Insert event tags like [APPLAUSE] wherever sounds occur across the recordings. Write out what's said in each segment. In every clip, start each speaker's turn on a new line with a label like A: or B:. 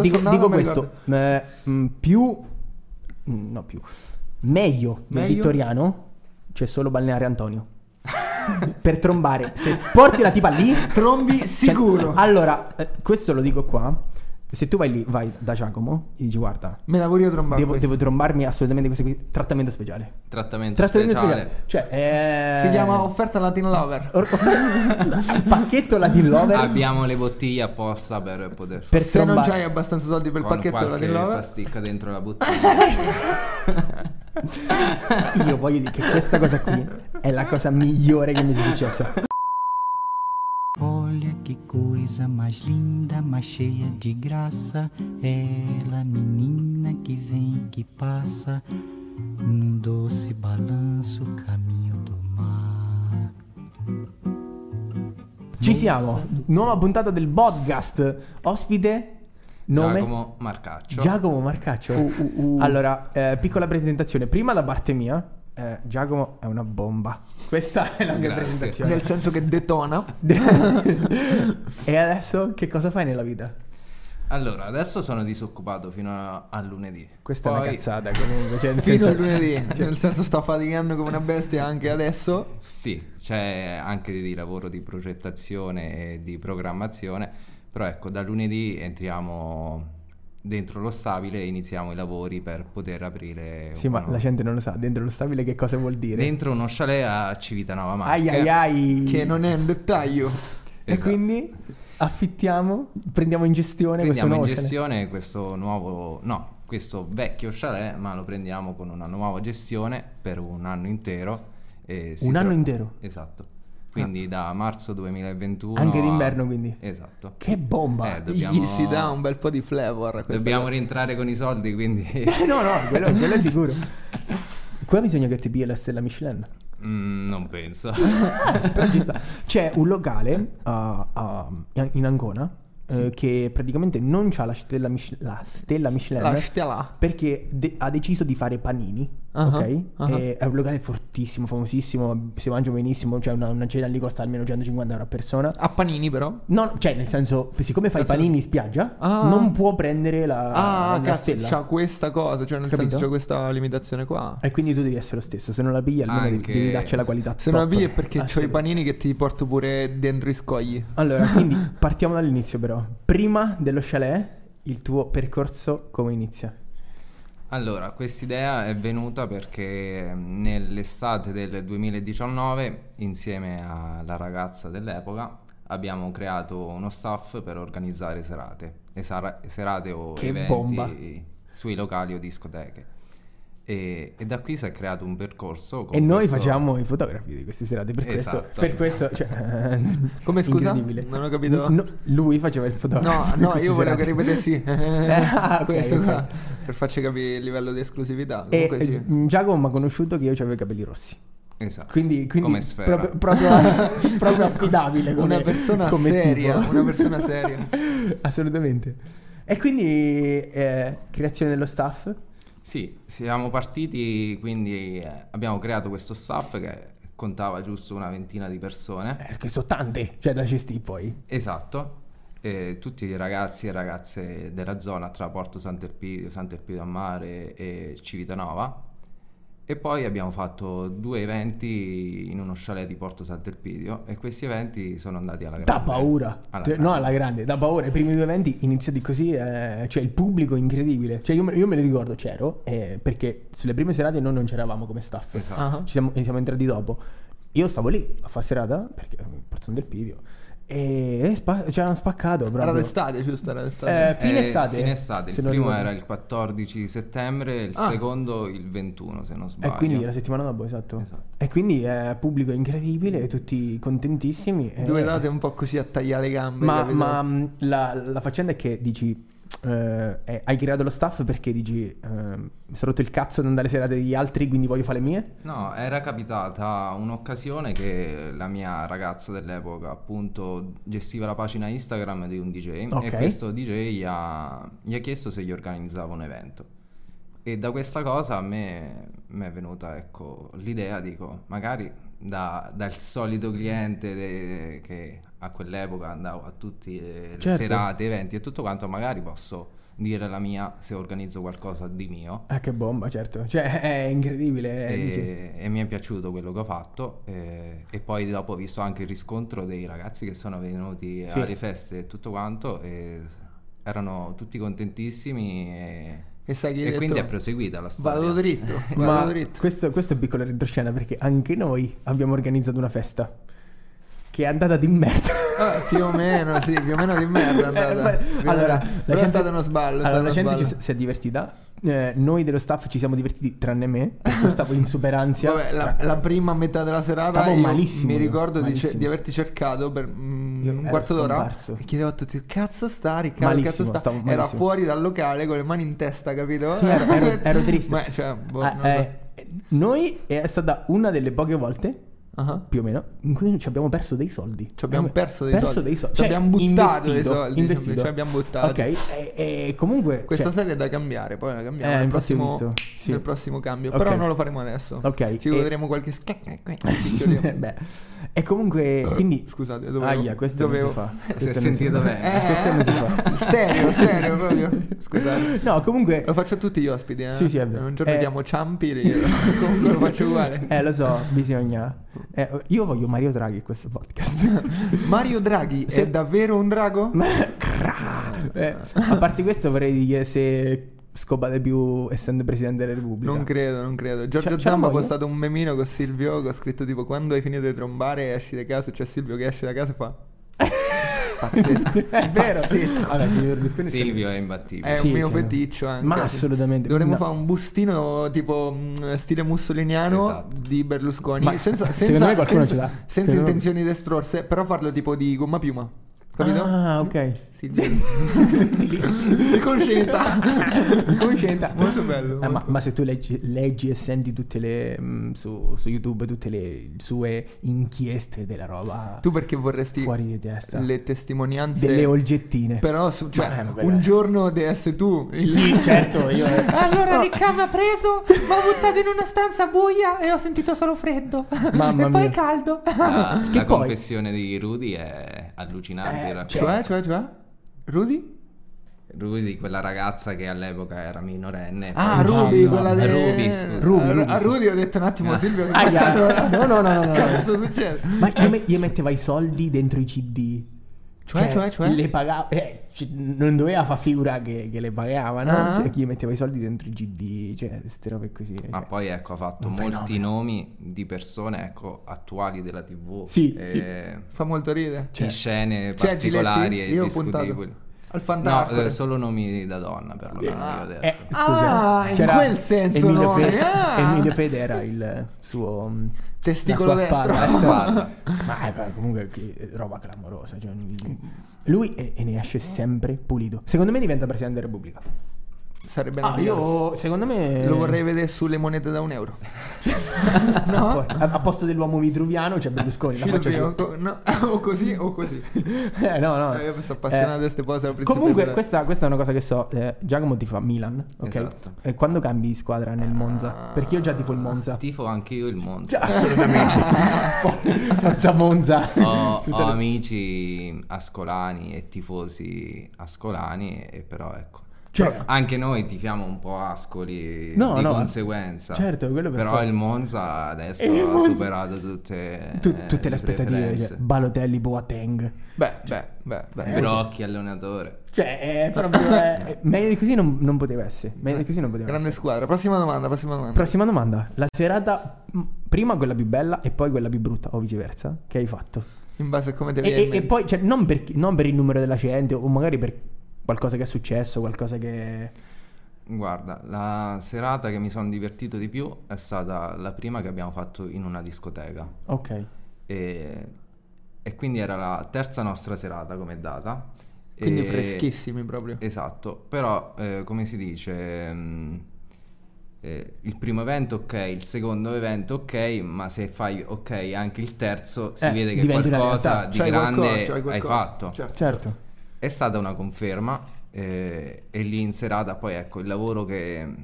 A: Dico,
B: No,
A: dico
B: non mi
A: questo, eh, mh, più... mh, No, più. Meglio, del
B: Meglio?
A: Vittoriano c'è solo Balneare Antonio. [LAUGHS] per trombare. Se porti la tipa lì...
B: Trombi
A: cioè,
B: sicuro.
A: allora, eh, questo lo dico qua. Se tu vai lì, vai da Giacomo e dici guarda,
B: Me la voglio trombare.
A: devo,
B: questa.
A: devo trombarmi assolutamente questo qui. Trattamento speciale.
C: Trattamento,
A: Trattamento
C: speciale.
A: speciale. Cioè, eh,
B: Si
A: [LAUGHS]
B: chiama offerta Latin Lover.
A: or- [LAUGHS] pacchetto Latin Lover
C: Abbiamo le bottiglie apposta per poter
A: per
C: fare
B: Se non
A: trombare.
B: c'hai abbastanza soldi per il
C: con
B: pacchetto
C: qualche
B: Latin Lover.
C: pasticca dentro la bottiglia.
A: Io voglio dire che questa cosa qui è la cosa migliore che mi sia successa.
D: Olha que coisa mais linda, mais cheia de graça. Ela, menina que vem e que passa, num doce balanço, caminho do mar.
A: Ci siamo, nuova puntata del podcast. Ospite, [LAUGHS] nome
C: Giacomo Marcaccio.
A: Giacomo Marcaccio.
B: Uh,
A: Allora, eh, piccola presentazione. Prima da parte mia, eh, Giacomo è una bomba. Questa è la mia
C: Grazie.
A: presentazione.
B: Nel senso che
C: [LAUGHS]
B: detona.
A: [LAUGHS] e adesso che cosa fai nella vita?
C: Allora, adesso sono disoccupato fino a, a lunedì.
A: Questa è
C: Poi-
A: una cazzata comunque. Cioè, nel
B: Fino
A: senso-
B: al lunedì.
C: [LAUGHS]
B: Nel senso sto faticando come una bestia anche adesso.
C: Sì, c'è anche di lavoro di progettazione e di programmazione, però ecco, da lunedì entriamo dentro lo stabile e iniziamo i lavori per poter aprire
A: Sì, ma
C: uno-
A: la gente non lo sa. Dentro lo stabile che cosa vuol dire?
C: dentro uno chalet a Civitanova
A: ai
C: Marche.
A: ai ai.
B: Che non è un dettaglio.
A: E
C: Esatto.
A: quindi affittiamo, prendiamo in gestione
C: Prendiamo in
A: questo nuovo chalet.
C: gestione questo nuovo, no, questo vecchio chalet, ma lo prendiamo con una nuova gestione per un anno intero. e si
A: Un anno
C: tro-
A: intero? Ah.
C: Esatto. Quindi da marzo 2021.
A: Anche
C: a-
A: d'inverno, quindi?
C: Esatto.
A: Che bomba!
C: Eh,
B: Gli
C: dobbiamo-
B: si dà un bel po' di flavor. a questa
C: Dobbiamo
B: cosa.
C: rientrare con i soldi, quindi...
A: [LAUGHS]
C: [LAUGHS]
A: no, no, quello, quello è sicuro. Qua bisogna che ti pigli la stella Michelin.
C: Mm, non
A: [LAUGHS]
C: penso.
A: Però ci sta. C'è un locale a- a- in Ancona eh, che praticamente non ha la stella, Mich- la stella Michelin.
B: Lasciala.
A: Perché de- ha deciso di fare panini,
B: Ah,
A: ok?
B: ah.
A: E è un locale fortissimo, famosissimo, si mangia benissimo, cioè una, una cena lì costa almeno 150 euro a persona.
B: A panini però.
A: No, no, cioè nel senso, siccome fai i panini in spiaggia,
B: Ah.
A: non può prendere la,
B: Ah,
A: la
B: cazzo,
A: stella.
B: c'ha questa cosa, cioè nel
A: Capito? Eh,
B: senso c'ha questa limitazione qua.
A: E quindi tu devi essere lo stesso, se non la pigli almeno devi-
C: Anche-
A: devi darci la qualità.
B: Se non la
A: top. Ah,
B: pigli è perché c'ho i
A: Assolutamente.
B: panini che ti porto pure dentro i scogli. [LAUGHS]
A: Allora, quindi partiamo dall'inizio però. Prima dello chalet, il tuo percorso come inizia?
C: Allora, quest'idea è venuta perché ehm, nell'estate del 2019, insieme alla ragazza dell'epoca, abbiamo creato uno staff per organizzare serate, E sara- serate o
A: Che
C: eventi
A: bomba.
C: sui locali o discoteche. E, e da qui si è creato un percorso. con
A: e noi
C: questo-
A: facciamo i fotografi di queste serate, per questo...
C: Esatto.
A: Per questo cioè,
B: [LAUGHS] Come, scusa?
A: incredibile.
B: Non ho capito.
A: No, lui faceva il fotografo. [LAUGHS]
B: No,
A: di
B: no,
A: queste
B: io volevo
A: serate.
B: che
A: [LAUGHS]
B: ripetessi. [LAUGHS]
A: Ah, ok,
B: questo
A: ok.
B: qua. Per farci capire il livello di esclusività.
A: E
B: Comunque sì.
A: eh, Giacomo mi ha conosciuto che io avevo i capelli rossi.
C: Esatto.
A: Quindi, quindi
C: Come sfera.
A: proprio,
B: [LAUGHS]
A: proprio, proprio affidabile come,
B: una persona
A: come
B: seria,
A: tipo.
B: una persona seria.
A: [LAUGHS] Assolutamente. E quindi eh, creazione dello staff. Eh,
C: Sì, siamo partiti, quindi eh, abbiamo creato questo staff che contava giusto una ventina di persone.
A: Eh, che sono tante, cioè da gestire poi.
C: Esatto. E tutti i ragazzi e ragazze della zona tra Porto Sant'Elpidio, Sant'Elpidio a Mare e Civitanova. E poi abbiamo fatto due eventi in uno chalet di Porto Sant'Elpidio e questi eventi sono andati alla grande.
A: Da paura.
C: Alla
A: Cioè,
C: grande.
A: no, alla grande, da paura. I primi due eventi iniziati così, eh, cioè il pubblico è incredibile. Cioè io, me- io me ne ricordo, c'ero, eh, perché sulle prime serate noi non c'eravamo come staff.
C: Esatto.
B: Ah.
A: Ci siamo, siamo entrati dopo. Io stavo lì a fare serata, perché eh, Porto Sant'Elpidio, e, e spa- c'erano spaccato proprio.
B: Era d'estate, giusto? Era d'estate.
A: Eh, fine
C: Eh,
A: estate.
C: fine estate.
A: se
C: Il
A: non
C: primo
A: ricordo.
C: era il 14 settembre, il
B: Ah.
C: secondo il 21 se non sbaglio.
A: E quindi la settimana dopo, esatto.
C: Esatto.
A: E quindi eh, pubblico incredibile, tutti contentissimi. e-
B: Due date un po' così a tagliare le gambe.
A: Eh, Ma,
B: capito?
A: ma, mh, la, la faccenda è che dici. eh, eh, hai creato lo staff perché dici ehm, mi sono rotto il cazzo di andare alle serate degli altri quindi voglio fare le mie
C: No, era capitata un'occasione che la mia ragazza dell'epoca, appunto, gestiva la pagina Instagram di un DJ
A: Ok.
C: e questo DJ gli ha, gli ha chiesto se gli organizzava un evento. E da questa cosa a me mi è venuta, ecco, l'idea, dico, magari da- dal solito cliente de- che a quell'epoca andavo a tutte le
A: Certo.
C: serate, eventi e tutto quanto, magari posso dire la mia se organizzo qualcosa di mio.
A: Ah, che bomba, certo. Cioè, [LAUGHS] è incredibile. eh, dici.
C: E, e mi è piaciuto quello che ho fatto eh, e poi dopo ho visto anche il riscontro dei ragazzi che sono venuti
A: Sì.
C: alle feste e tutto quanto e erano tutti contentissimi e,
B: E sai che gli
C: e
B: hai detto,
C: quindi è proseguita la storia.
B: Vado dritto,
A: Eh, Ma
B: vado dritto.
A: questo, questo è un piccolo retroscena perché anche noi abbiamo organizzato una festa che è andata di merda.
B: Ah, più o meno, sì, più o meno di merda è andata.
A: Eh, beh,
B: Più o meno.
A: allora, la
B: Però
A: gente-
B: è stato uno sballo.
A: Allora,
B: è stato
A: la
B: uno
A: gente ci
B: sballo.
A: s- si è divertita. eh, noi dello staff ci siamo divertiti, tranne me, perché io stavo in superansia.
B: Vabbè, la, la prima metà della serata
A: Stavo
B: io
A: malissimo
B: mi
A: io,
B: ricordo di, ce-
A: malissimo.
B: di averti cercato per mm,
A: Io
B: un
A: ero
B: quarto d'ora
A: scomparso.
B: e chiedevo a tutti cazzo sta Riccardo
A: Malissimo,
B: cazzo sta
A: stavo
B: era
A: malissimo.
B: fuori dal locale con le mani in testa capito
A: Sì, ero,
B: [LAUGHS]
A: ero- ero triste.
B: ma cioè boh,
A: Ah,
B: non lo
A: eh, noi è stata una delle poche volte,
B: so. Ah,
A: più o meno, in cui ci abbiamo perso dei soldi.
B: Ci abbiamo perso dei
A: soldi.
B: soldi. Ci
A: Cioè,
B: abbiamo buttato dei
A: investito,
B: soldi,
A: investito.
B: ci abbiamo
A: Ok,
B: buttati.
A: e, e comunque...
B: questa
A: cioè,
B: serie è da cambiare poi la cambiamo
A: Eh,
B: nel,
A: infatti ho
B: prossimo,
A: visto, sì.
B: nel prossimo cambio
A: Ok.
B: però non lo faremo adesso
A: Ok,
B: ci
A: e-
B: godremo qualche
A: [LAUGHS] Eh,
B: schiaccio
A: beh, e comunque, quindi...
B: [COUGHS] scusate dovevo
A: Aia, questo
B: dovevo- [LAUGHS]
A: non si fa.
C: Si è
A: questo non si
C: sentito
A: fa.
C: bene.
B: eh,
A: Questo non si fa.
B: [LAUGHS] stereo stereo proprio scusate
A: No, comunque...
B: Lo faccio a tutti gli ospiti, eh.
A: Sì, sì, è vero.
B: Un giorno
A: Eh.
B: chiamo Ciampi, li- [LAUGHS] comunque lo faccio uguale.
A: [LAUGHS] Eh, lo so, bisogna... eh, io voglio Mario Draghi in questo
B: [LAUGHS]
A: podcast.
B: Mario Draghi è
A: Se-
B: davvero
A: [LAUGHS]
B: un drago?
A: Ma- Crrrr. Eh, a parte questo vorrei dire se scopa di più essendo presidente della Repubblica.
B: Non credo, non credo.
A: C'ha-
B: Giorgio
A: c'ha
B: Zampa ha
A: voglia?
B: postato un memino con Silvio che ho scritto tipo quando hai finito di trombare esci da casa, c'è Silvio che esce da casa e fa... Pazzesco.
A: [LAUGHS] È vero.
B: Pazzesco.
A: Vabbè, signor Berlusconi-
C: Silvio è imbattibile.
B: È
A: Sì,
B: un mio
A: chiaro.
B: feticcio anche.
A: Ma assolutamente.
B: Dovremmo
A: No.
B: fare un bustino tipo mh, stile mussoliniano
C: Esatto.
B: di Berlusconi.
A: Ma
B: senza, senza,
A: secondo me qualcuno
B: senza-
A: ce l'ha.
B: senza
A: Secondo me-
B: intenzioni destrorse, però farlo tipo di gomma piuma. Capito?
A: Ah, ok. [LAUGHS]
B: Silvio. Con scelta.
A: Concetta.
B: Molto bello.
A: Eh, ma,
B: molto-
A: ma se tu leggi, leggi e senti tutte le mh, su, su YouTube tutte le sue inchieste della roba
B: Tu perché vorresti
A: fuori di testa
B: le testimonianze
A: delle olgettine.
B: Però su- cioè,
A: Ma- ma quella-
B: un giorno devi essere tu il-
A: Sì, certo,
B: [LAUGHS]
A: io
E: Allora Ricca mi ha preso, mi ha buttato in una stanza buia e ho sentito solo freddo.
A: Mamma
E: e poi
A: mia.
E: caldo.
B: [LAUGHS]
C: La,
A: Che
C: la
A: poi-
C: confessione di Rudy è allucinante.
A: Eh,
C: racconta.
B: Cioè, cioè, cioè Rudy?
C: Rudy, quella ragazza che all'epoca era minorenne.
B: Ah,
C: poi-
B: Ruby,
C: no,
B: quella
C: no,
B: di
C: Ruby,
A: Ruby,
B: a,
C: scusa.
A: Ruby,
B: a
A: sì. Ah,
B: Rudy ho detto un attimo Silvio che è
A: Aia.
B: passato- [LAUGHS]
A: No, no, no, no, no.
B: Ah, Cazzo succede?
A: Ma io, me- io metteva i soldi dentro i CD.
B: Cioè, cioè, cioè?
A: Le pagava. eh, c- non doveva fa figura che, che le pagava, no?
B: Ah.
A: Cioè, chi metteva i soldi dentro i CD, cioè, queste robe così.
C: Ma
A: cioè.
C: poi ecco, ha fatto
A: Un
C: molti nomi di persone ecco, attuali della TV.
A: Sì, Cioè,
C: eh,
B: Fa molto ridere.
C: In scene
B: C'è
C: particolari
B: Giletti?
C: e
B: Io ho puntato.
C: discutibili.
B: Al
C: No,
B: fantasma.
C: eh, solo nomi da donna, perlomeno, io ho detto.
A: Eh, scusa,
B: Ah,
A: eh,
B: in
A: c'era
B: quel senso,
A: Emilio,
B: no?
A: Fede,
B: Ah.
A: Emilio Fede era il suo mm,
B: Testicolo
A: la sua
B: destro.
A: spalla,
B: [LAUGHS]
C: La spalla.
A: ma eh, beh, comunque che roba clamorosa. cioè, non- lui e, e ne esce sempre pulito. Secondo me diventa presidente della Repubblica.
B: Sarebbe
A: Ah, io, secondo me,
B: Lo vorrei vedere sulle monete da un euro.
A: Poi, a, a posto dell'uomo vitruviano c'è Berlusconi. La faccia giù.
B: Silvio, co- no, [LAUGHS] o così o così.
A: [LAUGHS] Eh, no, no.
B: Eh, io mi sto appassionando a queste cose, la principessa
A: Comunque,
B: era-
A: questa, questa è una cosa che so. eh, Giacomo ti fa Milan, ok?
C: Esatto.
A: E quando cambi squadra nel
B: Ah,
A: Monza? Perché io già tifo il Monza.
C: Tifo anche io il
A: Cioè, [LAUGHS]
C: Monza.
A: Assolutamente. [LAUGHS] Forza Monza.
C: Ho,
A: Tutte
C: ho
A: le-
C: amici ascolani e tifosi ascolani, e però ecco.
A: Cioè-
C: Però anche noi tifiamo un po' Ascoli
A: No,
C: di
A: no,
C: conseguenza.
A: certo, quello per
C: Però
A: forza.
C: il Monza adesso
A: E il
C: ha
A: Monza-
C: superato tutte,
A: tu- tutte le aspettative.
C: Eh, preferenze.
A: Cioè, Balotelli, Boateng.
B: Beh, beh, beh, beh.
A: Eh,
C: Brocchi, allenatore.
A: Cioè, è proprio... eh, meglio di così non, non poteva essere. Meglio di così non poteva
B: Grande
A: essere.
B: squadra. Prossima domanda, prossima domanda.
A: Prossima domanda. La serata... m, Prima quella più bella e poi quella più brutta, o viceversa, che hai fatto?
B: In base a come te
A: E,
B: viene in
A: e- e
B: mente.
A: poi, cioè, non per, chi- non per il numero della gente, o magari per qualcosa che è successo, qualcosa che.
C: Guarda, la serata che mi sono divertito di più è stata la prima che abbiamo fatto in una discoteca.
A: Ok.
C: E, e quindi era la terza nostra serata come data.
B: Quindi
C: E-
B: freschissimi proprio.
C: Esatto, però eh, come si dice, mh, eh, il primo evento ok, il secondo evento ok, ma se fai ok anche il terzo si
A: Eh,
C: vede che
A: diventa una
C: qualcosa
A: realtà.
C: di
B: C'hai
C: grande
B: qualcosa, c'hai
C: hai
B: qualcosa.
C: fatto.
B: Certo.
A: Certo.
C: È stata una conferma eh, e lì in serata poi ecco il lavoro che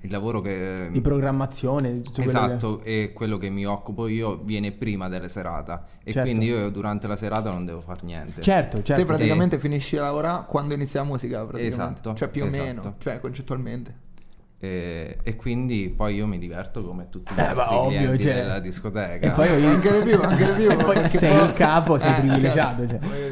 C: il lavoro che...
A: Di programmazione, di tutto quello che-
C: Esatto, e quello che mi occupo io viene prima della serata e
A: Certo.
C: quindi io durante la serata non devo fare niente.
A: Certo, certo.
B: Te praticamente finisci a lavorare quando inizia la musica, praticamente.
C: Esatto,
B: Cioè più o
C: esatto.
B: meno, cioè concettualmente.
C: E, e quindi poi io mi diverto come tutti gli
A: Eh,
C: altri
A: ma ovvio,
C: clienti
A: cioè.
C: della discoteca.
A: E poi voglio-
B: Anche di più, anche di più.
A: [LAUGHS] E poi
B: Perché
A: sei
B: poi-
A: il capo, sei
B: Eh,
A: privilegiato.
B: cazzo.
A: cioè.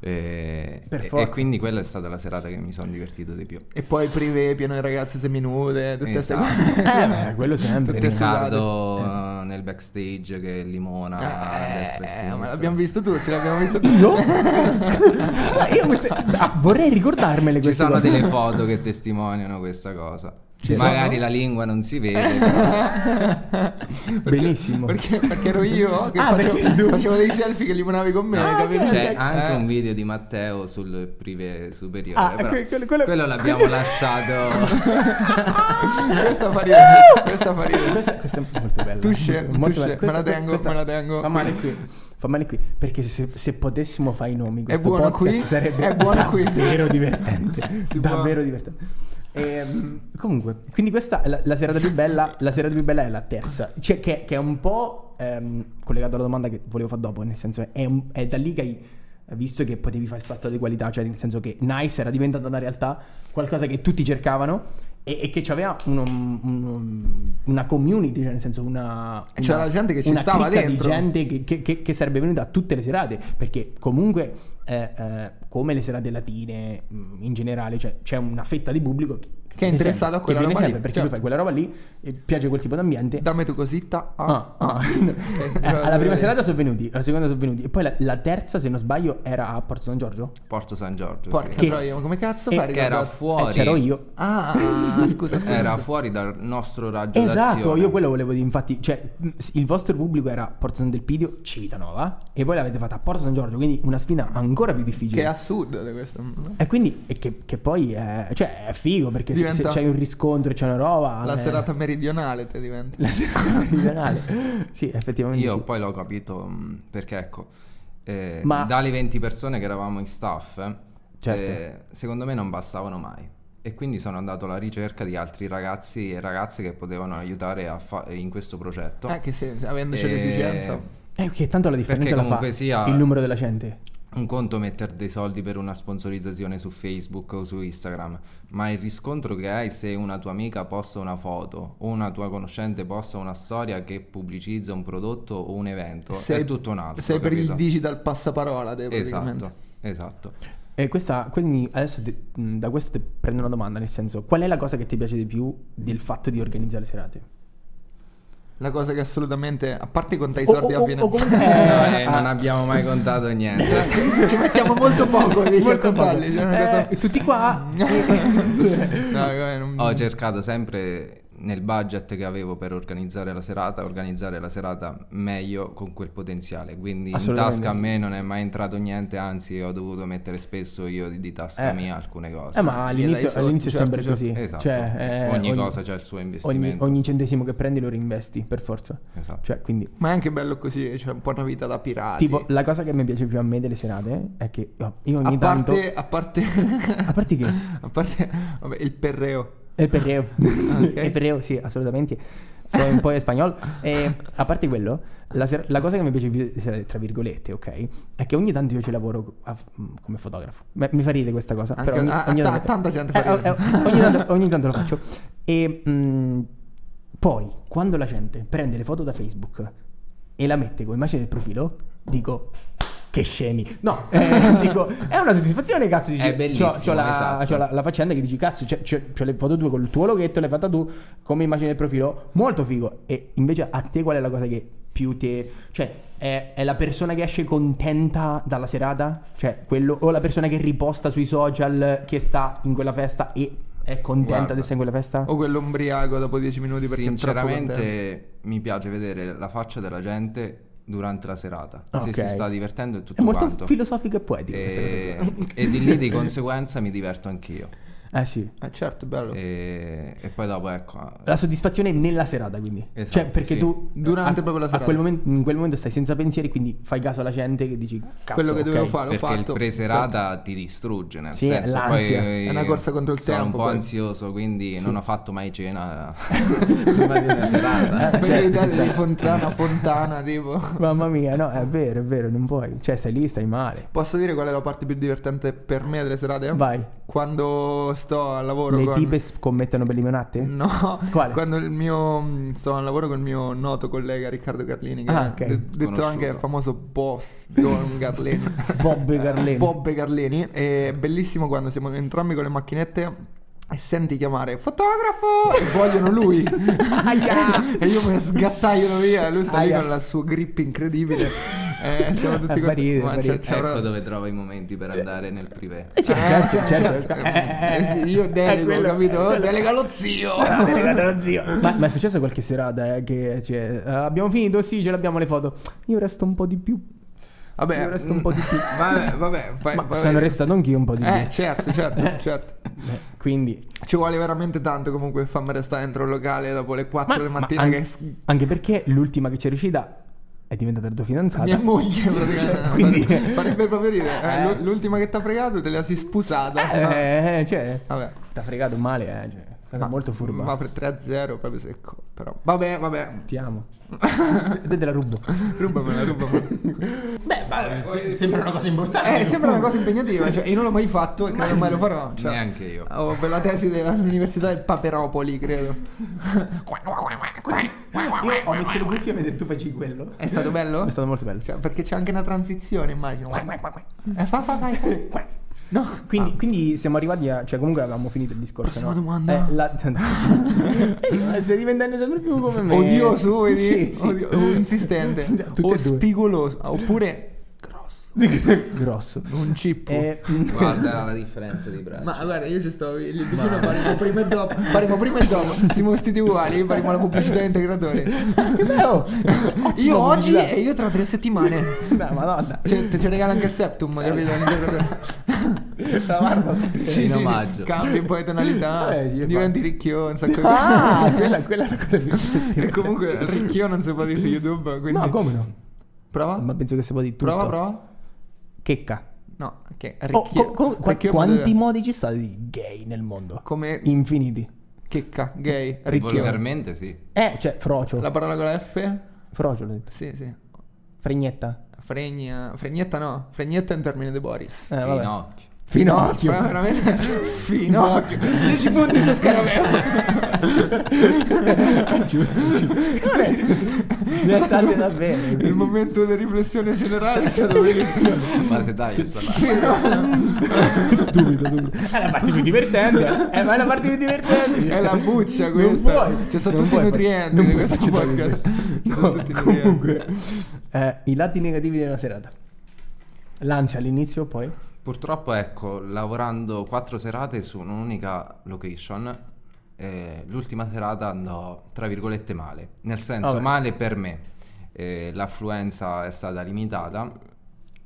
C: E,
A: Per
C: e- e
A: forza.
C: quindi quella è stata la serata che mi sono divertito di più.
B: E poi prive, pieno di ragazze seminude, tutte queste
C: Esatto.
A: Eh, beh, quello sempre.
B: Tutte
C: Riccardo eh, nel backstage che limona
A: Ah,
C: a destra e a
B: Eh, ma
C: sinistra.
B: l'abbiamo visto tutti, l'abbiamo visto tutti. [LAUGHS]
A: Io? [LAUGHS] Ma io queste- ah, vorrei ricordarmele
C: Ci
A: queste
C: sono
A: cose. [LAUGHS]
C: delle foto che testimoniano questa cosa.
A: Ci
C: Magari
A: sono? Eh,
C: la lingua non si vede, però
A: Benissimo.
B: Perché, perché ero io che
A: Ah,
B: facevo,
A: perché tu- Ah,
B: facevo dei selfie che li monavi con
A: [LAUGHS]
B: me, capito?
C: c'è
B: Eh,
C: Cioè, anche un video di Matteo sul prive superiore.
A: Ah,
C: però
A: que- quello- quello-
C: l'abbiamo
A: quello- [LAUGHS]
C: lasciato.
B: Questa fa ridere, questa fa ridere.
A: Questa, questa è molto bella.
B: Touché,
A: molto, molto bella.
B: touché, me
A: Questa-
B: la tengo,
A: questa-
B: me la tengo.
A: Fa male qui. Fa male qui. Perché se, se potessimo fare i nomi, questo
B: buono
A: podcast
B: qui,
A: sarebbe
B: è buono qui.
A: davvero divertente.
B: [LAUGHS] Si può.
A: davvero divertente. Ehm, comunque, quindi questa è la, la serata più bella. La serata più bella è la terza. Cioè, che, che è un po' ehm, collegato alla domanda che volevo fare dopo. Nel senso, è, un- è da lì che hai visto che potevi fare il salto di qualità. Cioè, nel senso che Nice era diventata una realtà, qualcosa che tutti cercavano. E, e che aveva una community, cioè nel senso una,
B: E c'era
A: una-
B: la gente che ci
A: una
B: stava
A: cricca
B: dentro.
A: di gente che, che- che- che sarebbe venuta a tutte le serate perché comunque eh, eh, come le serate latine mh, in generale cioè, c'è una fetta di pubblico che,
B: Che è
A: viene
B: interessato
A: sempre,
B: a quella
A: che viene
B: roba
A: sempre,
B: lì,
A: perché
B: certo.
A: tu fai quella roba lì e piace quel tipo d'ambiente
B: Dammi tu cosita.
A: Ah,
B: Ah,
A: ah.
B: [LAUGHS]
A: Eh, [LAUGHS] alla prima serata sono venuti alla seconda sono venuti e poi la, la terza se non sbaglio era a Porto San Giorgio
C: Porto San Giorgio.
B: Porca
C: sì.
A: Che-
B: troia, ma come cazzo
A: e-
B: fai?
C: Che era
B: ricordato?
A: e
C: fuori.
A: c'ero io
B: Ah, scusa, scusa.
C: Era fuori dal nostro raggio
A: Esatto,
C: d'azione.
A: io quello volevo dire, infatti, cioè, mh, s- il vostro pubblico era Porto San Delpidio, Civitanova, e voi l'avete fatta a Porto San Giorgio, quindi una sfida ancora più difficile.
B: Che è a sud di questo.
A: E quindi, e che, che poi è, cioè, è figo perché se- se
B: Diventa-
A: c'hai un riscontro e c'è una roba...
B: La
A: eh,
B: serata meridionale te diventi.
A: La
B: [LAUGHS]
A: serata meridionale. Sì, effettivamente
C: Io
A: sì.
C: poi l'ho capito mh, perché ecco, eh,
A: Ma-
C: dalle 20 persone che eravamo in staff, eh,
A: Certo.
C: eh, secondo me non bastavano mai. E quindi sono andato alla ricerca di altri ragazzi e ragazze che potevano aiutare a fa- in questo progetto.
B: Eh, che se, se- avendoci
C: E-
B: l'esigenza.
A: Eh, che tanto la differenza la fa
C: comunque sia-
A: il numero della gente.
C: Un conto mettere dei soldi per una sponsorizzazione su Facebook o su Instagram, ma il riscontro che hai se una tua amica posta una foto o una tua conoscente posta una storia che pubblicizza un prodotto o un evento è tutto un altro.
B: Sei per il
C: capito?
B: digital passaparola, te, praticamente.
C: Esatto, esatto.
A: E questa, quindi adesso te- mh, da questo ti prendo una domanda, nel senso, qual è la cosa che ti piace di più del fatto di organizzare le serate?
B: La cosa che assolutamente. A parte conta i
A: O-
B: soldi
A: o- o-
B: a Firenze.
A: o
B: [LAUGHS]
A: comunque-
C: Eh,
A: Eh,
C: non
A: ah. [LAUGHS]
C: abbiamo mai contato niente.
B: Ci mettiamo molto poco, dici, a
A: Molto poco.
B: contarli, cioè, una cosa-
A: Eh, tutti qua...
B: No, come eh, non-
C: Ho cercato sempre nel budget che avevo per organizzare la serata, organizzare la serata meglio con quel potenziale. Quindi in
A: Assolutamente.
C: tasca a me non è mai entrato niente, anzi ho dovuto mettere spesso io di, di tasca
A: Eh.
C: mia alcune cose.
A: Eh, ma all'inizio,
B: soldi,
A: all'inizio è
B: certo,
A: sempre
B: certo.
A: così.
C: Esatto.
A: Cioè, eh,
C: ogni, cosa c'ha il suo
A: ogni,
C: investimento.
A: ogni centesimo che prendi lo reinvesti, per forza.
C: Esatto. Ah,
A: Cioè, quindi.
B: Ma è anche bello così, c'è un po' una vita da pirati.
A: Tipo, la cosa che mi piace più a me delle serate è che io io ogni
B: a
A: tanto.
B: parte, a parte,
A: A parte che.
B: [LAUGHS] a parte, vabbè, il perreo.
A: El
B: [LAUGHS]
A: perreo.
B: Ah, ok.
A: El perreo, sì, assolutamente. Sono un po' in
B: [LAUGHS]
A: spagnolo. E, a parte quello, la, ser- la cosa che mi piace più, se- tra virgolette, ok? È che ogni tanto io ci lavoro a- mh, come fotografo. Ma- mi fa ridere questa cosa.
B: Anche-
A: però ogni,
B: ah,
A: ogni
B: ta-
A: tanto,
B: tanta gente fa
A: Eh,
B: ridere.
A: eh, ogni,
B: [LAUGHS]
A: tanto, ogni tanto lo faccio. E mh, poi, quando la gente prende le foto da Facebook e la mette come immagine del profilo, dico. Che scemi. No, [LAUGHS] eh, dico, è una soddisfazione, cazzo. Dici,
C: È
A: c'ho-
C: bellissimo,
A: c'ho la-
C: esatto.
A: c'ho la- la faccenda che dici cazzo c'è, c'è- c'è le foto tue col tuo loghetto l'hai fatta tu come immagine del profilo molto figo e invece a te qual è la cosa che più te cioè è, è la persona che esce contenta dalla serata cioè quello o la persona che riposta sui social che sta in quella festa e è contenta
C: Guarda.
A: di stare in quella festa
B: O quell'ombriaco dopo 10 minuti perché è troppo contento.
C: Sinceramente mi piace vedere la faccia della gente durante la serata,
A: Ok.
C: se si sta divertendo e tutto
A: è molto
C: quanto.
A: filosofico e poetico questa cosa [LAUGHS]
C: e, e di lì di conseguenza mi diverto anch'io.
A: Eh sì.
B: Eh certo, bello.
C: E, e poi dopo, ecco.
A: La soddisfazione è nella serata, quindi.
C: Esatto,
A: cioè, perché
C: sì.
A: tu
B: Durante
A: a-
B: proprio la
A: a
B: serata.
A: quel momento- in quel momento stai senza pensieri, quindi fai caso alla gente che dici cazzo,
B: Quello che dovevo
A: ok.
B: fare, l'ho
C: Perché
B: fatto. [LAUGHS]
C: il preserata ti distrugge, nel
A: Sì,
C: senso
A: l'ansia.
C: poi
B: È una corsa contro il
C: sono
B: tempo,
C: un po'
B: poi.
C: ansioso, quindi non ho fatto
B: [LAUGHS]
C: mai cena [LAUGHS] prima di una serata.
B: Per
A: Certo,
B: evitare di
A: esatto. [LAUGHS]
B: Fontana, Fontana, tipo.
A: Mamma mia, no, è vero, è vero, non puoi. Cioè, stai lì, stai male.
B: Posso dire qual è la parte più divertente per me delle serate?
A: Vai.
B: Quando sto al lavoro
A: Le
B: con...
A: tipe scommettono per le limonate?
B: [LAUGHS] No,
A: Quale?
B: quando il mio mh, sto al lavoro con il mio noto collega Riccardo Carlini, che
A: Ah,
B: è
A: ok.
B: de- detto
C: Conosciuto.
B: anche il famoso boss Don Carlini.
A: [LAUGHS]
B: [LAUGHS]
A: Bob Carlini.
B: Eh, Bob Carlini. È bellissimo quando siamo entrambi con le macchinette e senti chiamare fotografo e
A: [LAUGHS]
B: vogliono lui. [LAUGHS] e io mi sgattaiolo via, lui sta lì
A: Aia.
B: con la sua grip incredibile. Eh, siamo tutti
A: Fa
B: con
A: ridere, fa ridere.
C: ecco dove trovo i momenti per andare nel privé.
A: Eh, certo, certo, certo.
B: Eh, sì, io delego,
A: quello-
B: capito?
A: quello-
B: Delega lo zio.
A: Ma, ma è successo qualche serata eh, che cioè, "Ah, abbiamo finito, sì, ce l'abbiamo le foto. Io resto un po' di più.
B: Vabbè,
A: Io resto un po' di più.
B: [LAUGHS] Vabbè, vabbè, fai-
A: ma
B: vabbè.
A: sono restato anch'io un po' di
B: Eh,
A: più.
B: certo,
A: [LAUGHS]
B: certo, certo.
A: Eh, Quindi,
B: Ci vuole veramente tanto comunque farmi restare dentro il locale dopo le 4 del mattino
A: an-
B: che s-
A: anche perché l'ultima che c'è riuscita è diventata la tua fidanzata.
B: mia moglie
A: [LAUGHS]
B: praticamente
A: quindi-
B: farebbe- farebbe proprio ridere. Eh,
A: Eh.
B: l'u- l'ultima che t'ha fregato te la si spusata.
A: Eh, eh, cioè,
B: Vabbè.
A: t'ha fregato male, eh, cioè, è stata molto furba.
B: Ah. Ma per 3-0 proprio secco, però. Vabbè, vabbè.
A: Ti
B: [LAUGHS]
A: amo. Te te la rubo.
B: Rubamela, rubamela.
A: [LAUGHS] Beh, eh, sembra una cosa importante.
B: Eh, sembra una cosa impegnativa, cioè io non l'ho mai fatto e credo mai lo farò. Cioè,
C: Neanche io.
B: Ho per la tesi dell'università del
A: [LAUGHS]
B: Paperopoli, credo.
A: Io ho messo le cuffie a vedere tu facevi quello.
B: È stato bello?
A: È stato molto bello.
B: Cioè, perché c'è anche una transizione, immagino. Eh, fa, fa, vai. No,
A: Quindi, quindi siamo arrivati a. Cioè, comunque avevamo finito il discorso.
B: Prossima
A: no?
B: domanda.
A: Eh, la... [LAUGHS] Eh, Stai diventando sempre più come me.
B: odioso, vedi?
A: Sì, sì.
B: Odio-
A: [LAUGHS]
B: o insistente.
A: Tutte
B: o
A: e due.
B: spigoloso. Oppure
A: Grosso.
B: un chip.
A: Eh, [LAUGHS]
C: Guarda la differenza di braccia.
B: Ma guarda, io ci sto lì vicino, faremo prima e dopo. Faremo prima e dopo. Siamo vestiti uguali, faremo la pubblicità integratore.
A: bello.
B: io oggi
A: pubblicità.
B: e io tra tre settimane.
A: no, madonna.
B: Cioè, te- ci regala anche il septum, capito?
A: Eh.
B: Cioè,
A: [LAUGHS] La barba.
B: sì,
C: in
B: sì, sì.
C: omaggio.
B: Cambi un po' di tonalità,
A: Eh, sì,
B: diventi
A: fa-
B: ricchio, un sacco di
A: Ah, [LAUGHS] quella, quella è la cosa più
B: [LAUGHS] E comunque ricchio non si può dire su YouTube,
A: [LAUGHS]
B: quindi...
A: No, come no?
B: Prova?
A: Ma penso che si può di tutto.
B: Prova, prova.
A: Checca.
B: No, ok.
A: Oh,
B: Ricchio.
A: co- co- qua-
B: ricchio
A: quanti
B: poteva-
A: modi ci stanno di gay nel mondo?
B: Come...
A: Infiniti.
B: Checca, gay, ricchio.
C: Volgarmente sì.
A: Eh, cioè, frocio.
B: La parola con la F?
A: Frocio l'ho detto.
B: Sì, sì.
A: Fregnetta.
B: Fregna... Fregnetta no. Fregnetta è un termine di Boris.
A: Eh, vabbè.
C: Finocchio.
A: Finocchio.
B: Fra-
A: [LAUGHS]
B: veramente... Finocchio. 10 punti su Scarabeo.
A: [LAUGHS] giusto, giusto. Ne ha tante da Cioè, bene.
B: Cioè, Il momento di riflessione generale è stato bellissimo.
C: Ma se dai, io sto
B: [LAUGHS]
C: là.
A: Dubito, dubito. È la parte più
B: [LAUGHS]
A: divertente. eh, ma è la parte più divertente.
B: È la buccia
A: Non
B: questa.
A: puoi.
B: Ci sono
A: Non
B: tutti i
A: puoi fare-
B: nutrienti
A: non
B: di
A: puoi
B: questo
A: farci togliere
B: podcast. Ci
A: questo.
B: [LAUGHS] sono
A: No,
B: tutti i nutrienti.
A: comunque, eh, i lati negativi della serata. L'ansia all'inizio, poi.
C: Purtroppo, ecco, lavorando quattro serate su un'unica location, eh, l'ultima serata andò, tra virgolette, male. Nel senso,
A: Vabbè.
C: male per me. Eh, l'affluenza è stata limitata